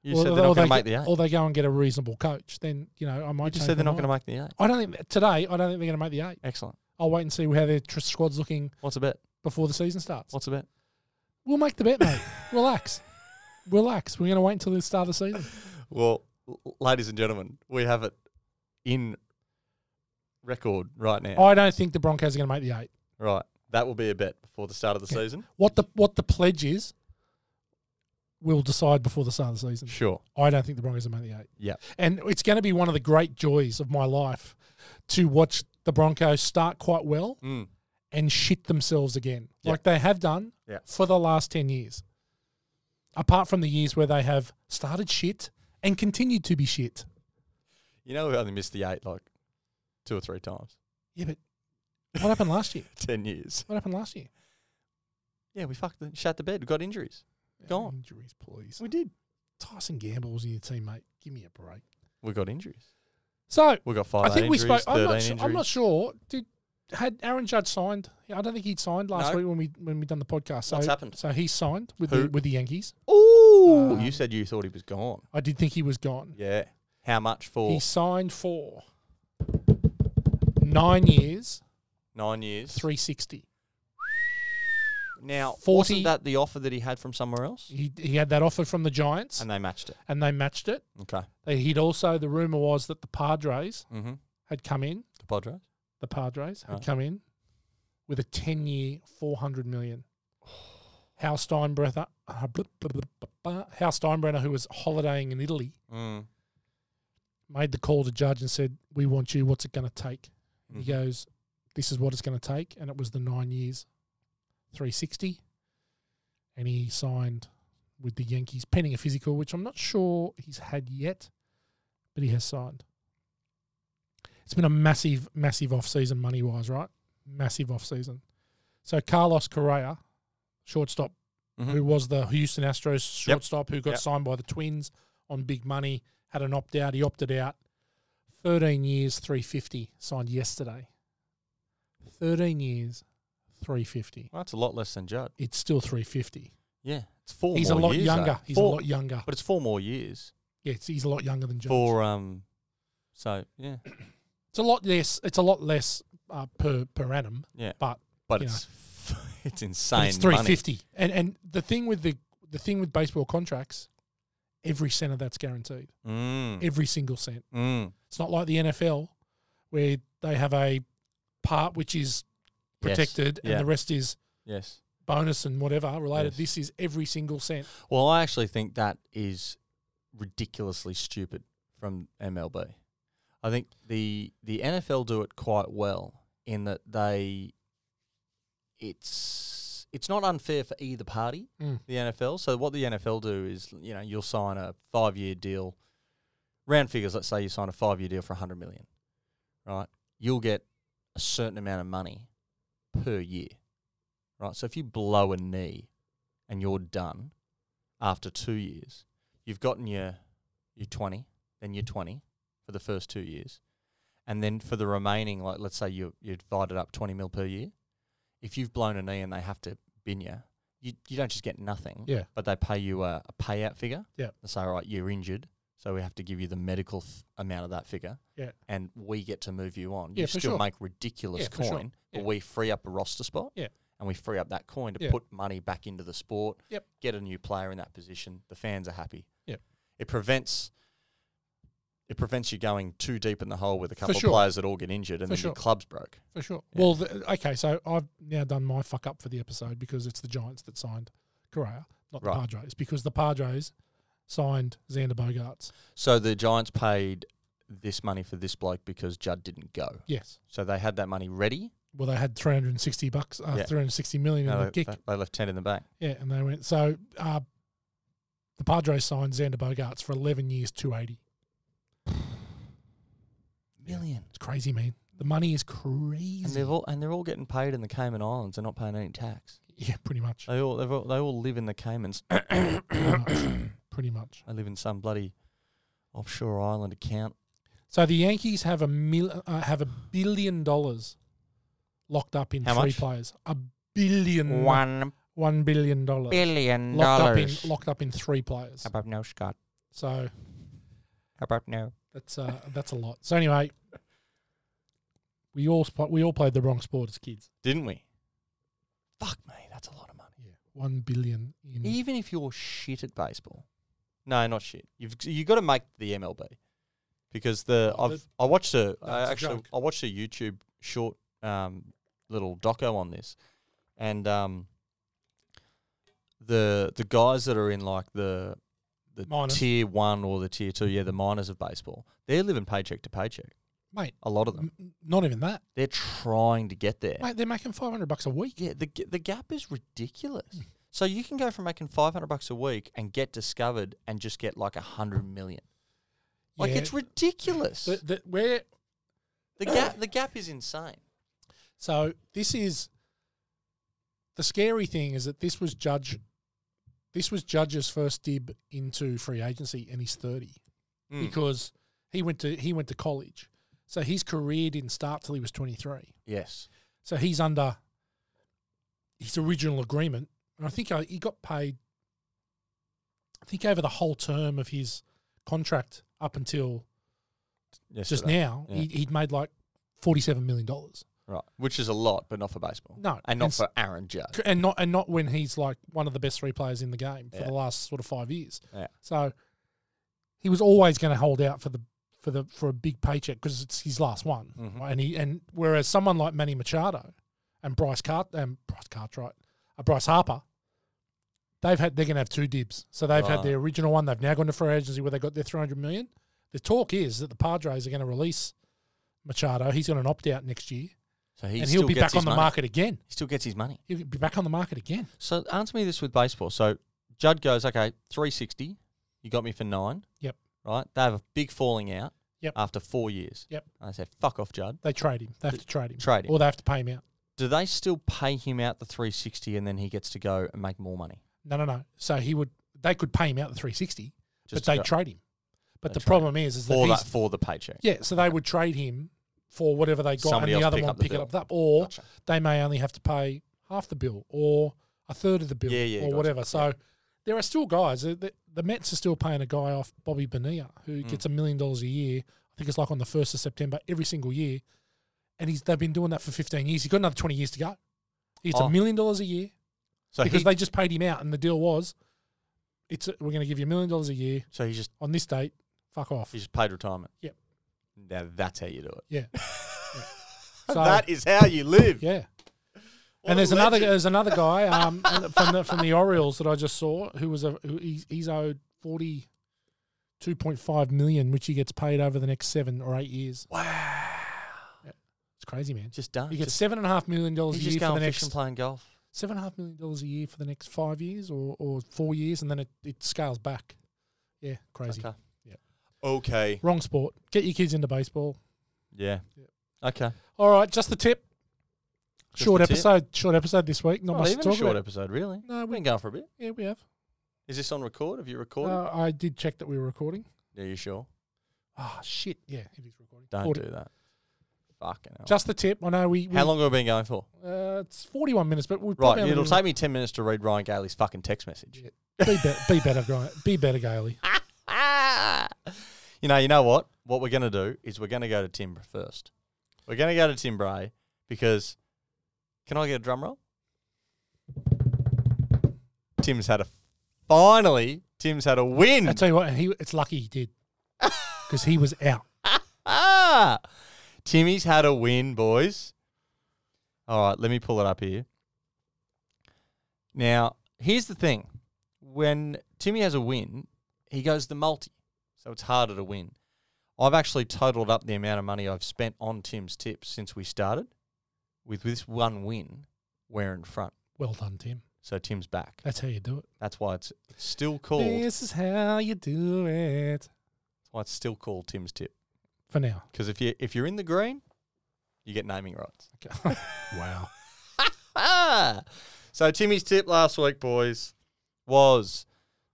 S1: You
S2: or-
S1: said
S2: or
S1: they're not
S2: they
S1: going to make
S2: go-
S1: the eight.
S2: or they go and get a reasonable coach, then you know I might.
S1: Uh, You just said they're not going to make the eight.
S2: I don't think today. I don't think they're going to make the eight.
S1: Excellent.
S2: I'll wait and see how their tr- squad's looking
S1: What's a bet?
S2: before the season starts.
S1: What's a bet?
S2: We'll make the
S1: <laughs>
S2: bet, mate. Relax. Relax. We're going to wait until the start of the season.
S1: Well, l- ladies and gentlemen, we have it in record right now.
S2: I don't think the Broncos are going to make the eight.
S1: Right. That will be a bet before the start of the
S2: Okay.
S1: season.
S2: What the what the pledge is, we'll decide before the start of the season.
S1: Sure.
S2: I don't think the Broncos will make the eight.
S1: Yeah.
S2: And it's going to be one of the great joys of my life to watch the Broncos start quite well
S1: Mm.
S2: and shit themselves again,
S1: Yeah.
S2: like they have done
S1: Yeah.
S2: for the last 10 years. Apart from the years where they have started shit and continued to be shit.
S1: You know, we only missed the eight like two or three times.
S2: Yeah, but what happened last year?
S1: <laughs> Ten years.
S2: What happened last year?
S1: Yeah, we fucked the, shat the bed. We got injuries. Go on.
S2: Injuries, please.
S1: We did.
S2: Tyson Gamble was in your team, mate. Give me a break.
S1: We got injuries.
S2: So,
S1: We got five
S2: I think we
S1: injuries,
S2: spoke.
S1: 13
S2: I'm not, su-
S1: injuries.
S2: I'm not sure. Did had Aaron Judge signed? I don't think he'd signed last
S1: No.
S2: week when we when we done the podcast. So,
S1: What's happened?
S2: So he signed with
S1: Who?
S2: the, with the Yankees.
S1: Ooh,
S2: Um,
S1: Uh, you said you thought he was gone.
S2: I did think he was gone.
S1: Yeah. How much for
S2: He signed for nine years,
S1: nine years?
S2: three sixty.
S1: Now,
S2: 40
S1: wasn't that the offer that he had from somewhere else?
S2: He he had that offer from the Giants, and,
S1: And they matched it.
S2: they matched it.
S1: Okay.
S2: They- He'd also the rumor was that the Padres
S1: Mm-hmm.
S2: had come in.
S1: The Padres.
S2: The Padres had
S1: Right.
S2: come in with a ten year, four hundred million. How Steinbrenner, uh, blah, blah, blah, blah, blah. Hal Steinbrenner, who was holidaying in Italy,
S1: Mm.
S2: made the call to Judge and said, "We want you. What's it going to take?"
S1: Mm-hmm.
S2: He goes, "This is what it's going to take," and it was the nine years, three sixty, and he signed with the Yankees, pending a physical, which I'm not sure he's had yet, but he has signed. It's been a massive, massive off season money wise, right? Massive off season. So Carlos Correa, shortstop,
S1: Mhm.
S2: who was the Houston Astros shortstop, who got
S1: Yep.
S2: signed by the Twins on big money, had an opt out. He opted out. 13 years, 350 signed yesterday. 13 years, 350.
S1: Well, that's a lot less than Judd.
S2: It's still 350.
S1: Yeah, it's four.
S2: he's a
S1: more
S2: lot
S1: years,
S2: younger.
S1: though.
S2: He's
S1: four,
S2: a lot younger.
S1: but it's four more years
S2: Yeah, it's, he's a lot younger than Judge.
S1: for um. So yeah,
S2: It's a lot less. It's a lot less uh, per per annum.
S1: Yeah.
S2: but,
S1: but
S2: You know.
S1: it's <laughs> f- it's
S2: but
S1: insane.
S2: it's
S1: money.
S2: 350. And and the thing with the the thing with baseball contracts, every cent of that's guaranteed.
S1: Mm.
S2: Every single cent.
S1: Mm.
S2: It's not like the NFL where they have a part which is
S1: Yes.
S2: protected
S1: Yeah.
S2: and the rest is
S1: Yes.
S2: bonus and whatever related.
S1: Yes.
S2: This is every single cent.
S1: Well, I actually think that is ridiculously stupid from MLB. I think the the NFL do it quite well in that they it's it's not unfair for either party,
S2: Mm.
S1: the NFL. So what the NFL do is, you know, you'll sign a 5-year deal. Round figures, let's say you sign a 5-year deal for 100 million. Right? You'll get a certain amount of money per year. Right? So if you blow a knee and you're done, after two years. You've gotten your your twenty, then your twenty for the first two years, and then for the remaining, like let's say you you divided up twenty mil per year. If you've blown a knee and they have to bin you, you, you don't just get nothing.
S2: Yeah.
S1: But they pay you a, a payout figure.
S2: Yeah.
S1: They say, all right, you're injured, so we have to give you the medical f- amount of that figure.
S2: Yeah.
S1: And we get to move you on.
S2: Yeah,
S1: you
S2: for
S1: still
S2: sure.
S1: make ridiculous
S2: Yeah, for
S1: coin,
S2: sure. Yeah.
S1: but we free up a roster spot.
S2: Yeah.
S1: And we free up that coin to
S2: Yeah.
S1: put money back into the sport get a new player in that position. The fans are happy.
S2: Yep.
S1: It prevents it prevents you going too deep in the hole with a couple
S2: sure.
S1: of players that all get injured and
S2: For
S1: then your
S2: sure.
S1: club's broke.
S2: For sure.
S1: Yeah.
S2: Well, the, okay, so I've now done my fuck up for the episode because it's the Giants that signed Correa, not
S1: Right.
S2: the Padres, because the Padres signed Xander Bogarts.
S1: So the Giants paid this money for this bloke because Judd didn't go.
S2: Yes.
S1: So they had that money ready.
S2: Well, they had 360 bucks, uh,
S1: Yeah.
S2: 360 million in
S1: No,
S2: the
S1: they,
S2: kick.
S1: they left 10 in the bank.
S2: Yeah, and they went. So uh, the Padres signed Xander Bogarts for 11 years, 280.
S1: Million.
S2: It's crazy, man. The money is crazy.
S1: And, they've all, and they're all getting paid in the Cayman Islands. They're not paying any tax.
S2: yeah, pretty much.
S3: Uh,
S1: They all, they've all, they all live in the Caymans. <clears throat>
S3: <coughs>
S2: pretty much. Pretty much.
S1: I live in some bloody offshore island account.
S2: So the Yankees have a mil- uh, have a billion dollars locked up in
S1: How
S2: three
S1: much?
S2: players. A billion
S3: One
S2: one billion dollars
S3: billion
S2: locked up in
S3: dollars.
S2: locked up in three players.
S3: How about no, Scott?
S2: So
S3: How about no?
S2: that's uh, that's a lot. So anyway, we all sp- we all played the wrong sport as kids.
S1: didn't we? Fuck me, that's a lot of money.
S2: Yeah, one billion in
S1: Even if you're shit at baseball, Mm. no, not shit. You've you got to make the MLB because the
S2: Oh,
S1: I've I watched a I
S2: that's a
S1: actually
S2: joke.
S1: I watched a YouTube short um, little doco on this, and um, the the guys that are in like the the
S2: Minors.
S1: tier one or the tier two, yeah, the minors of baseball, they're living paycheck to paycheck.
S2: mate.
S1: A lot of them,
S2: M- not even that,
S1: they're trying to get there.
S2: mate. They're making five hundred bucks a week.
S1: Yeah, the g- the gap is
S2: Hmm.
S1: ridiculous. So you can go from making five hundred bucks a week and get discovered and just get like a hundred million. Like
S2: Yeah.
S1: it's ridiculous.
S2: The- the- where <coughs>
S1: the gap the gap is insane.
S2: So this is the scary thing is that this was judge this was judge's first dib into free agency and he's 30 Hmm.
S1: Hmm.
S2: because he went to he went to college. So his career didn't start till he was 23.
S1: Yes.
S2: So he's under his original agreement and I think uh, he got paid I think over the whole term of his contract up until
S1: Yes.
S2: just
S1: to that.
S2: now
S1: Yeah.
S2: he, he'd made like 47 million dollars.
S1: Right. Which is a lot, but not for baseball.
S2: No,
S1: And not
S2: and s-
S1: for Aaron Judge.
S2: C- and not and not when he's like one of the best three players in the game for
S1: Yeah.
S2: the last sort of five years.
S1: Yeah.
S2: So he was always going to hold out for the for the for a big paycheck because it's his last one.
S1: Mhm.
S2: And he and whereas someone like Manny Machado and Bryce Cart and Bryce Cartwright, uh, Bryce Harper, they've had they're going to have two dibs. So they've had
S1: Right.
S2: their original one. They've now gone to free agency where they got their three hundred million. The talk is that the Padres are going to release Machado. He's got an opt out next year,
S1: So he
S2: and
S1: still
S2: he'll be
S1: gets
S2: back
S1: his
S2: on the
S1: money.
S2: market again.
S1: He still gets his money.
S2: He'll be back on the market again.
S1: So answer me this with baseball. So Judd goes, okay, three sixty. You got me for nine.
S2: Yep.
S1: Right. They have a big falling out.
S2: Yep.
S1: After four years.
S2: Yep.
S1: And I say, fuck off, Judd.
S2: They trade him. They have to trade him.
S1: Trade him.
S2: Or they have to pay him out.
S1: do they still pay him out the 360 and then he gets to go and make more money?
S2: No, no, no. So he would. They could pay him out the three sixty, but
S1: Just to
S2: they
S1: go
S2: trade him. But
S1: They
S2: the
S1: trade
S2: problem is, is that,
S1: for
S2: he's,
S1: that for the paycheck.
S2: yeah. So they would trade him for whatever they got,
S1: Somebody
S2: and
S1: else
S2: the other
S1: pick
S2: one
S1: up the
S2: pick it
S1: bill.
S2: up. That, or
S1: Gotcha.
S2: they may only have to pay half the bill, or a third of the bill,
S1: Yeah, yeah,
S2: or
S1: gotcha.
S2: whatever. So there are still guys. uh, The, the Mets are still paying a guy off Bobby Bonilla
S1: Hmm.
S2: who gets a million dollars a year. I think it's like on the first of September every single year, and he's they've been doing that for fifteen years. He's got another twenty years to go. He gets
S1: Oh.
S2: a million dollars a year.
S1: So
S2: because
S1: he,
S2: they just paid him out, and the deal was, it's we're going to give you a million dollars a year
S1: so he just
S2: on this date. Fuck
S1: <laughs>
S2: off.
S1: he just paid retirement.
S2: Yep.
S1: Now that's how you do it.
S2: Yeah, So-
S1: that is how you live.
S2: yeah.
S1: What a
S2: and there's another
S1: legend.
S2: there's another
S1: <laughs>
S2: guy um and from the from the Orioles that I just saw who was a who, he's, he's owed forty two point five million, which he gets paid over the next seven or eight years. Wow, it's crazy, man.
S1: Just done.
S2: He gets
S1: Just-
S2: seven and a half million dollars a
S1: he's
S2: year
S1: just
S2: for the
S1: going
S2: next
S1: fishing, playing golf.
S2: seven and a half million dollars a year for the next five years or, or four years, and then it, it scales back. Yeah, crazy.
S1: Okay.
S2: Yeah.
S1: Okay.
S2: Wrong sport. Get your kids into baseball.
S1: Yeah.
S2: Yeah.
S1: Okay.
S2: All right, just the tip.
S1: Just
S2: short
S1: the tip?
S2: episode. Short episode this week. Not
S1: Not
S2: much to
S1: even
S2: talk
S1: a short
S2: about.
S1: episode, really.
S2: No,
S1: We've
S2: we
S1: been going for a bit.
S2: yeah we have.
S1: Is this on record? Have you recorded?
S2: Uh, I did check that we were recording.
S1: Are you sure?
S2: Ah shit! Yeah, it is recording.
S1: Don't
S2: Forty-
S1: do that. Fucking hell.
S2: Just the tip. I know we. we
S1: how long have we been going for?
S2: Uh, it's forty-one minutes, but we
S1: Right,
S2: probably only
S1: it'll
S2: gonna-
S1: take me 10 minutes to read Ryan Gailey's fucking text message.
S2: Be, better, be better, guy. Be better, Gailey.
S1: Ah! You know, you know what? What we're going to do is we're going to go to Tim first. We're going to go to Tim Bray because can I get a drum roll? Tim's had a finally. Tim's had a win.
S2: I tell you what, and he. It's lucky
S1: <laughs>
S2: he did because he was out.
S1: ah, Timmy's had a win, boys. All right, let me pull it up here. Now, here's the thing: when Timmy has a win, he goes the multi, so it's harder to win. I've actually totaled up the amount of money I've spent on Tim's tips since we started. With this one win, we're in front,
S2: Well done, Tim.
S1: so Tim's back.
S2: That's how you do it.
S1: That's why it's still called. That's
S2: This is how you do it.
S1: why it's still called Tim's tip.
S2: For now.
S1: Because if you if you're in the green, you get naming rights.
S2: <laughs> Okay. wow.
S1: Ah! <laughs> So Timmy's tip last week, boys, was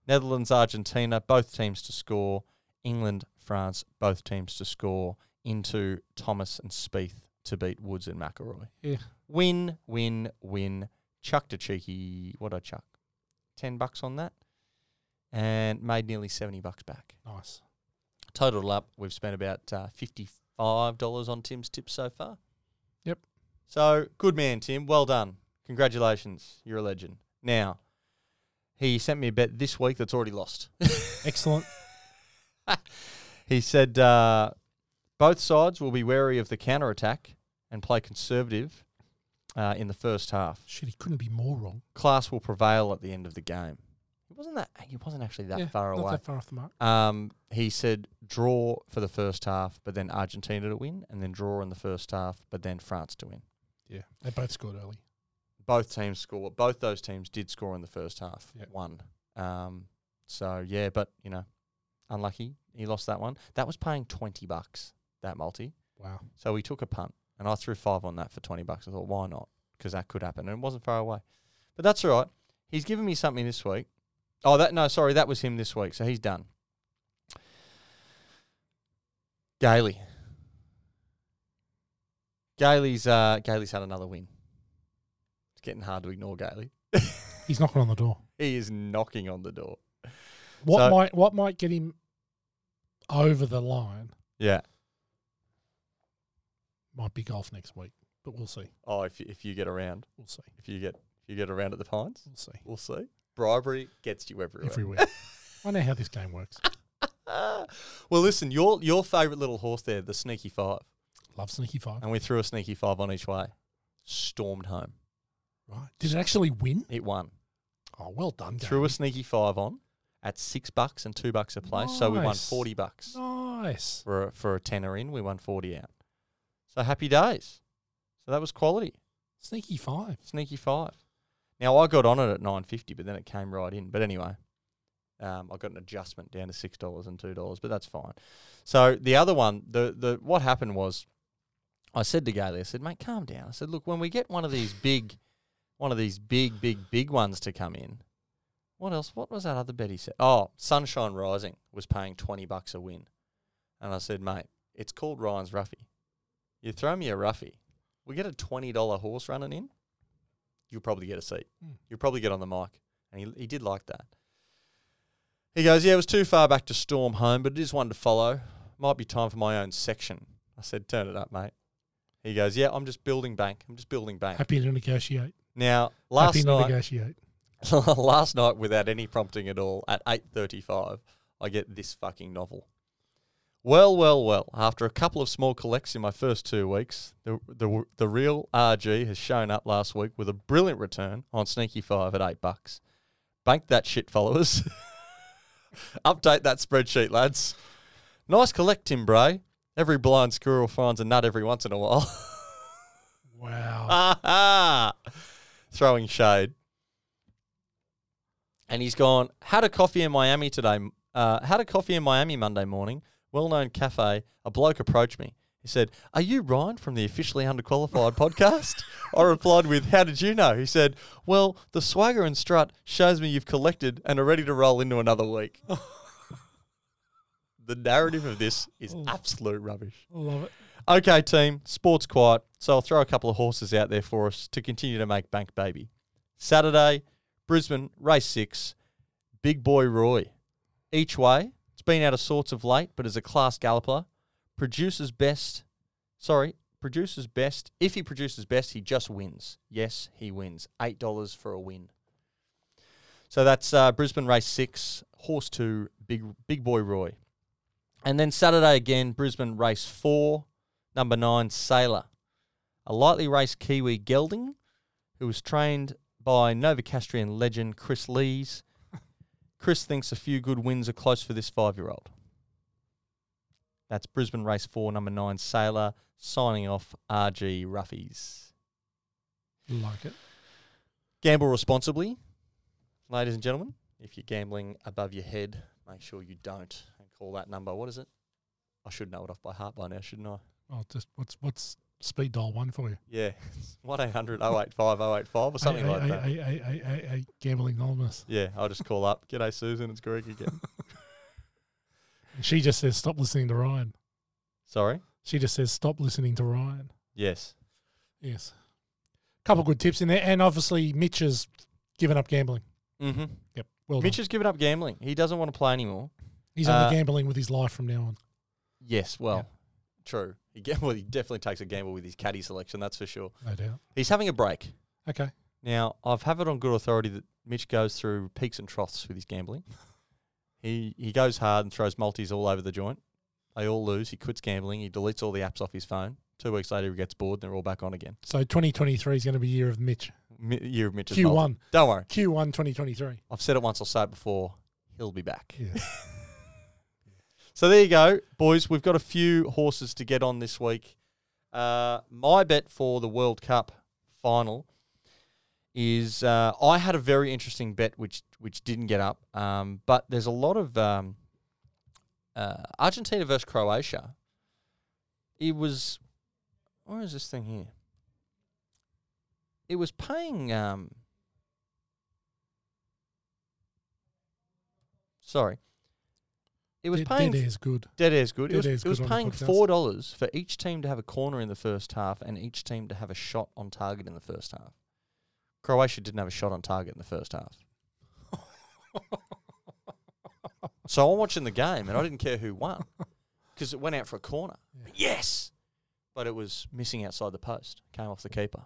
S1: Netherlands, Argentina, both teams to score, England, France, both teams to score into Thomas and Spieth to beat Woods and McElroy.
S2: Yeah.
S1: Win, win, win. Chucked a cheeky, what I chuck? 10 bucks on that and made nearly 70 bucks back.
S2: Nice.
S1: Total up, we've spent about uh, $55 on Tim's tips so far.
S2: Yep.
S1: So good man, Tim. Well done. Congratulations. You're a legend. Now, he sent me a bet this week that's already
S2: <laughs>
S1: lost.
S2: Excellent.
S1: He said uh, both sides will be wary of the counter attack and play conservative uh, in the first half.
S2: Shit, he couldn't be more wrong.
S1: Class will prevail at the end of the game. It wasn't that. He wasn't actually that
S2: Yeah,
S1: far
S2: Not
S1: away.
S2: that far off the mark.
S1: Um, he said draw for the first half, but then Argentina to win, and then draw in the first half, but then France to win.
S2: Yeah. They both scored early.
S1: Both teams score. Both those teams did score in the first half.
S2: Yep.
S1: One. Um, so yeah, but you know, unlucky. He lost that one. That was paying twenty bucks. That multi.
S2: Wow.
S1: So we took a punt, and I threw five on that for 20 bucks. I thought, why not? Because that could happen, and it wasn't far away. But that's all right. He's given me something this week. Oh, that no, sorry, that was him this week. So he's done. Gailey. Gailey's uh, Gailey's had another win. It's getting hard to ignore Gailey.
S2: He's knocking on the door.
S1: <laughs> He is knocking on the door.
S2: What
S1: So-
S2: might what might get him over the line
S1: Yeah.
S2: might be golf next week. But we'll see.
S1: Oh, if you, if you get around,
S2: We'll see.
S1: if you get if you get around at the Pines,
S2: We'll see.
S1: we'll see. Bribery gets you everywhere.
S2: Everywhere.
S1: <laughs>
S2: I know how this game works.
S1: Ah. <laughs> well, listen, your your favourite little horse there, the Sneaky Five,
S2: Love sneaky five.
S1: and we threw a Sneaky Five on each way. Stormed home.
S2: Right. Did it actually win?
S1: It won.
S2: Oh, well done, game.
S1: Threw a Sneaky Five on at six bucks and two bucks a place, so we won
S2: Nice.
S1: forty bucks
S2: Nice.
S1: for a, for a tenner in. We won forty out. So happy days. So that was quality
S2: Sneaky five.
S1: Sneaky Five. Now I got on it at nine fifty, but then it came right in. But anyway. Um, I got an adjustment down to six dollars and two dollars, but that's fine. So the other one, the the what happened was, I said to Gailey, I said, mate, calm down. I said, look, when we get one of these big, one of these big, big, big ones to come in, what else? What was that other bet he said? Oh, Sunshine Rising was paying twenty bucks a win, and I said, mate, it's called Ryan's Ruffy. You throw me a Ruffy, we get a twenty dollar horse running in, you'll probably get a seat.
S2: Hmm.
S1: You'll probably get on the mic, and he he did like that. He goes, Yeah, it was too far back to storm home, but it is one to follow. Might be time for my own section. I said, Turn it up, mate. He goes, Yeah, I'm just building bank. I'm just building bank.
S2: Happy to negotiate.
S1: Now, last
S2: Happy to
S1: night,
S2: negotiate.
S1: last night, <laughs> without any prompting at all, at 8.35, I get this fucking novel. Well, well, well, after a couple of small collects in my first two weeks, the, the, the real RG has shown up last week with a brilliant return on Sneaky 5 at 8 bucks. Bank that shit, followers. <laughs> Update that spreadsheet, lads. Nice collect, Tim Bray. Every blind squirrel finds a nut every once in a while.
S2: Wow.
S1: Ah, ah. <laughs> throwing shade. And he's gone, had a coffee in Miami today. m- Uh, had a coffee in Miami Monday morning. Well known cafe. A bloke approached me. He said, Are you Ryan from the Officially Underqualified podcast? I replied with, How did you know? He said, Well, the swagger and strut shows me you've collected and are ready to roll into another week. the narrative of this is absolute rubbish.
S2: I love it.
S1: Okay, team, sports quiet, so I'll throw a couple of horses out there for us to continue to make bank, baby. Saturday, Brisbane, race six, Big Boy Roy. Each way, it's been out of sorts of late, but is a class galloper. Produces best, sorry, produces best. If he produces best, he just wins. Yes, he wins. $8 for a win. So that's uh, Brisbane race six, horse two, Big, Big Boy Roy. And then Saturday again, Brisbane race four, number nine, Sailor. A lightly raced Kiwi gelding who was trained by Novocastrian legend Chris Lees. Chris thinks a few good wins are close for this five year old. That's Brisbane race four, number nine, Sailor, signing off RG Ruffies.
S2: Like it.
S1: Gamble responsibly, ladies and gentlemen. If you're gambling above your head, make sure you don't and call that number. What is it? I should know it off by heart by now, shouldn't I?
S2: Oh, just what's what's speed dial one for you?
S1: Yeah, <laughs> 1 800 085 085 or something
S2: Hey,
S1: like
S2: hey,
S1: that.
S2: hey, hey, hey, hey, hey, gambling anonymous. <laughs>
S1: Yeah, I'll just call up. G'day, Susan. It's Greg again.
S2: She just says, stop listening to Ryan.
S1: Sorry.
S2: She just says, stop listening to Ryan.
S1: Yes.
S2: Yes. Couple good tips in there. And obviously, Mitch has given up gambling.
S1: Mm-hmm.
S2: Yep. Well,
S1: Mitch
S2: Mitch,
S1: has given up gambling. He doesn't want to play anymore.
S2: he's
S1: uh,
S2: only gambling with his life from now on.
S1: Yes. Well, true. He gam- <laughs> well, he definitely takes a gamble with his caddy selection. That's for sure.
S2: No doubt.
S1: He's having a break
S2: Okay.
S1: now. I've have it on good authority that Mitch goes through peaks and troughs with his
S2: <laughs>
S1: gambling. he he goes hard and throws multis all over the joint. They all lose. He quits gambling. He deletes all the apps off his phone. Two weeks later, he gets bored and they're all back on again.
S2: So 2023 is going to be year of Mitch.
S1: Mi- year of Mitch's
S2: Q1.
S1: multi. Don't worry.
S2: Q1 2023.
S1: I've said it once. I'll say it before. He'll be back.
S2: Yeah.
S1: So there you go, boys. We've got a few horses to get on this week. Uh, my bet for the World Cup final is uh, I had a very interesting bet which which didn't get up, um, but there's a lot of um, uh, Argentina versus Croatia. It was where is this thing here? It was paying. Um, sorry, it was
S2: Dead-
S1: paying.
S2: Dead
S1: <laughs>
S2: air's good.
S1: Dead air's good.
S2: Dead
S1: it was,
S2: air's
S1: it was
S2: good on the
S1: paying
S2: podcast.
S1: four dollars for each team to have a corner in the first half and each team to have a shot on target in the first half. Croatia didn't have a shot on target in the first half. so I'm watching the game and I didn't care who
S2: <laughs>
S1: won because it went out for a corner. Yes, but it was missing outside the post. Came off the keeper,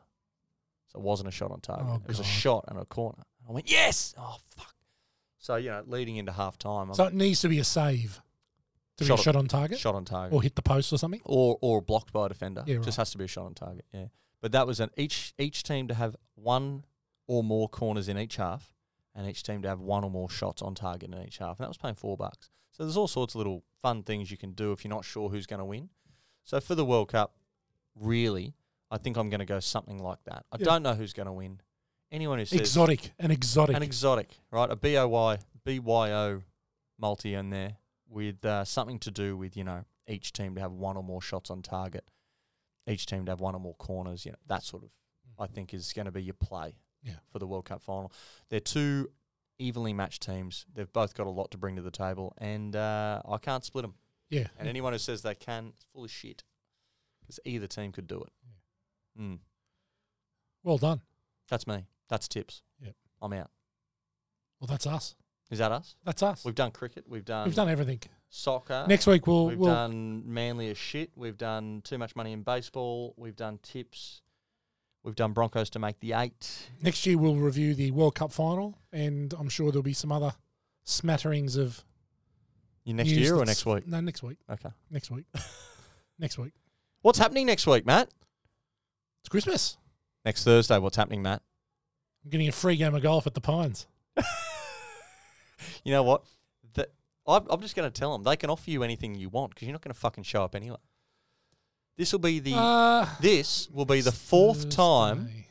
S1: so it wasn't a shot on target.
S2: Oh,
S1: it was a
S2: God.
S1: shot and a corner. I went yes. Oh fuck. So you know, leading into half time, I'm
S2: So it needs to be a save to
S1: Shot
S2: be
S1: on-
S2: a shot on target
S1: shot on target.
S2: or hit the post or something.
S1: or or blocked by a defender.
S2: Yeah,
S1: Just has to be a shot on target. Yeah, but that was an each each team to have one or more corners in each half, and each team to have one or more shots on target in each half, and that was paying four bucks. So there's all sorts of little fun things you can do if you're not sure who's going to win. So for the World Cup, really, I think I'm going to go something like that. I
S2: Yeah.
S1: don't know who's going to win. Anyone who says
S2: Exotic. An exotic.
S1: an exotic, right? A B O Y B Y O multi in there with uh, something to do with you know each team to have one or more shots on target, each team to have one or more corners. You know that sort of I think is going to be your play
S2: Yeah.
S1: for the World Cup final. They're two evenly matched teams. They've both got a lot to bring to the table, and uh, I can't split them.
S2: yeah.
S1: And anyone who says they can is full of shit because either team could do it. Mm.
S2: Well done.
S1: That's me. That's tips.
S2: Yep.
S1: I'm out.
S2: Well, that's us.
S1: Is that us?
S2: That's us. We've,
S1: We've done cricket. We've done.
S2: done everything.
S1: soccer.
S2: Next week we'll
S1: we've
S2: we'll
S1: done manly as shit. We've done too much money in baseball. We've done tips. We've done Broncos to make the eight.
S2: next year we'll review the World Cup final, and I'm sure there'll be some other smatterings of
S1: You next
S2: news
S1: year or
S2: that's-
S1: next week?
S2: No, next week.
S1: Okay.
S2: Next week. <laughs> next week.
S1: What's happening next week, Matt?
S2: It's Christmas.
S1: Next Thursday. What's happening, Matt?
S2: I'm getting a free game of golf at the Pines.
S1: You know what? The, I'm, I'm just going to tell them they can offer you anything you want because you're not going to fucking show up anyway. This will be the.
S2: Uh,
S1: this will be the fourth time.
S2: Thursday.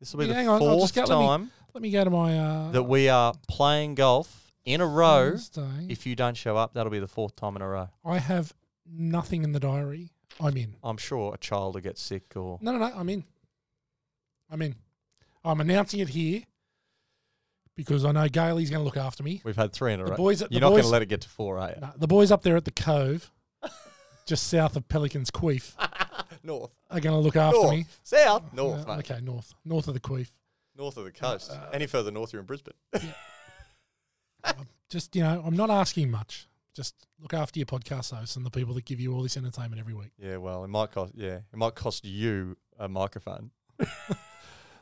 S1: This will be
S2: Yeah, hang
S1: the
S2: on, I'll
S1: fourth
S2: just go- let me-
S1: time
S2: Let me go to my uh,
S1: that we are playing golf in a row.
S2: Thursday.
S1: If you don't show up, that'll be the fourth time in a row.
S2: I have nothing in the diary. I'm in.
S1: I'm sure a child will get sick or
S2: No, no, no. I'm in. I'm in. I'm announcing it here because I know Gailey's going to look after me.
S1: we've had three in a
S2: The
S1: row.
S2: boys, the
S1: You're not going
S2: boys-
S1: to let it get to four, are you?
S2: No, uh, the boys up there at the Cove, just south of Pelican's Queef,
S1: <laughs> North,
S2: are going to look after
S1: north,
S2: me.
S1: south, north,
S2: Uh,
S1: mate.
S2: okay, Uh, north, north of the Queef.
S1: north of the coast. Any further north, you're in Brisbane.
S2: Just you know, I'm not asking much. Just look after your podcast hosts and the people that give you all this entertainment every week.
S1: yeah, well, it might cost. Yeah, it might cost you a microphone.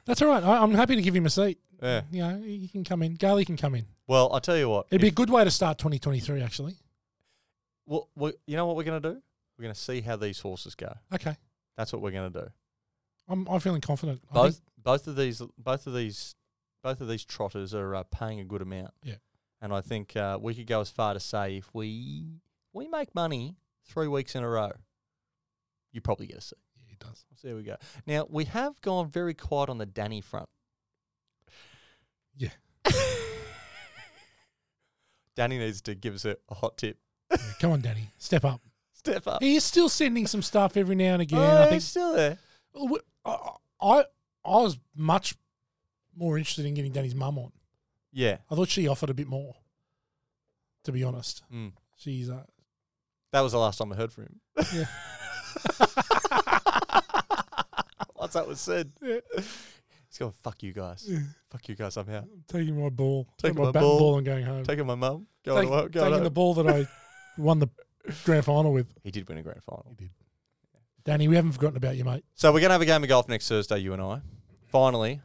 S2: That's all right. I, I'm happy to give him a seat.
S1: Yeah.
S2: You know, you can come in. Gailey can come in.
S1: Well, I tell you what.
S2: It'd be a good way to start 2023, actually.
S1: well, well, you know what we're going to do? We're going to see how these horses go.
S2: Okay,
S1: That's what we're going to do.
S2: I'm, I'm feeling confident. I
S1: Both,
S2: think-
S1: both of these, both of these, both of these trotters are uh, paying a good amount.
S2: Yeah.
S1: And I think uh, we could go as far to say if we we make money three weeks in a row, you probably get a seat.
S2: yeah, it does.
S1: So there we go. Now we have gone very quiet on the Danny front.
S2: Yeah.
S1: <laughs> Danny needs to give us a, a hot tip.
S2: Yeah, come on, Danny, step up.
S1: Step up.
S2: He is still sending some stuff every now and again.
S1: oh,
S2: I think
S1: he's still there.
S2: Well, we- I, I I was much more interested in getting Danny's mum on.
S1: Yeah.
S2: I thought she offered a bit more, to be honest.
S1: Mm.
S2: She's uh,
S1: That was the last time I heard from him.
S2: Yeah.
S1: <laughs> Once that was said,
S2: Yeah.
S1: he's going, fuck you guys. Fuck you guys, I'm out.
S2: taking my ball,
S1: Taking
S2: my,
S1: my
S2: bat
S1: ball.
S2: ball and going home.
S1: Taking my mum, going
S2: Take-
S1: to work, going
S2: taking
S1: home.
S2: the ball that
S1: <laughs>
S2: I won the grand final with.
S1: he did win a grand final.
S2: Danny, we haven't forgotten about you, mate.
S1: So we're going to have a game of golf next Thursday, you and I. Finally.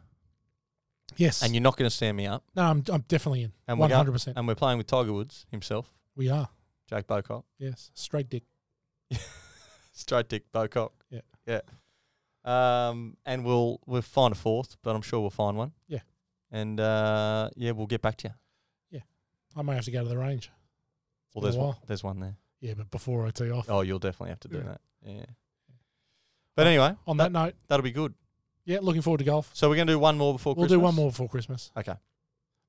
S2: Yes.
S1: And you're not going to stand me up.
S2: no, I'm, I'm definitely in.
S1: And we're,
S2: One
S1: going-
S2: hundred percent.
S1: and we're playing with Tiger Woods himself,
S2: We are.
S1: Jake Bocock.
S2: Yes. Straight dick.
S1: Straight dick Bocock.
S2: Yeah.
S1: Yeah. Um, and we'll we'll find a fourth, but I'm sure we'll find one.
S2: Yeah.
S1: And uh, yeah, we'll get back to you.
S2: I may have to go to the range.
S1: Well,
S2: been a
S1: there's one,
S2: while.
S1: there's one there.
S2: Yeah, but before I tee off.
S1: Oh, you'll definitely have to do
S2: Yeah.
S1: that. Yeah. But anyway,
S2: On that note,
S1: that'll be good.
S2: yeah, looking forward to golf.
S1: So we're gonna do one more before
S2: We'll
S1: Christmas.
S2: do one more before Christmas.
S1: Okay.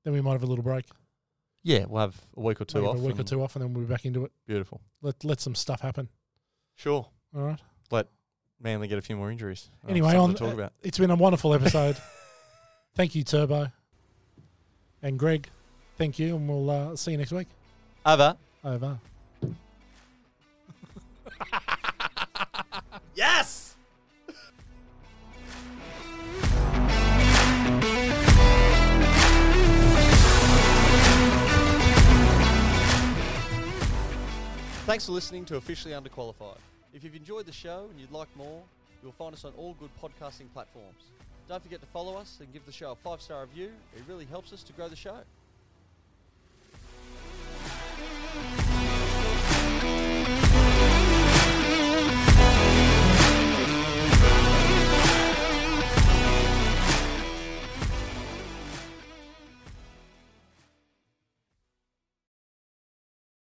S2: Then we might have a little break.
S1: Yeah, we'll have a week or two
S2: Maybe
S1: off.
S2: a week or
S1: and-
S2: two off, and then we'll be back into it.
S1: Beautiful.
S2: Let let some stuff happen.
S1: Sure.
S2: All right.
S1: Manly get a few more injuries. Oh,
S2: Anyway,
S1: something
S2: on-
S1: to talk about.
S2: It's been a wonderful episode. Thank you, Turbo, and Greg. Thank you, and we'll uh, see you next week.
S1: Over.
S2: Over.
S1: Yes. Thanks for listening to Officially Underqualified. If you've enjoyed the show and you'd like more, you'll find us on all good podcasting platforms. Don't forget to follow us and give the show a five star review. It really helps us to grow the show.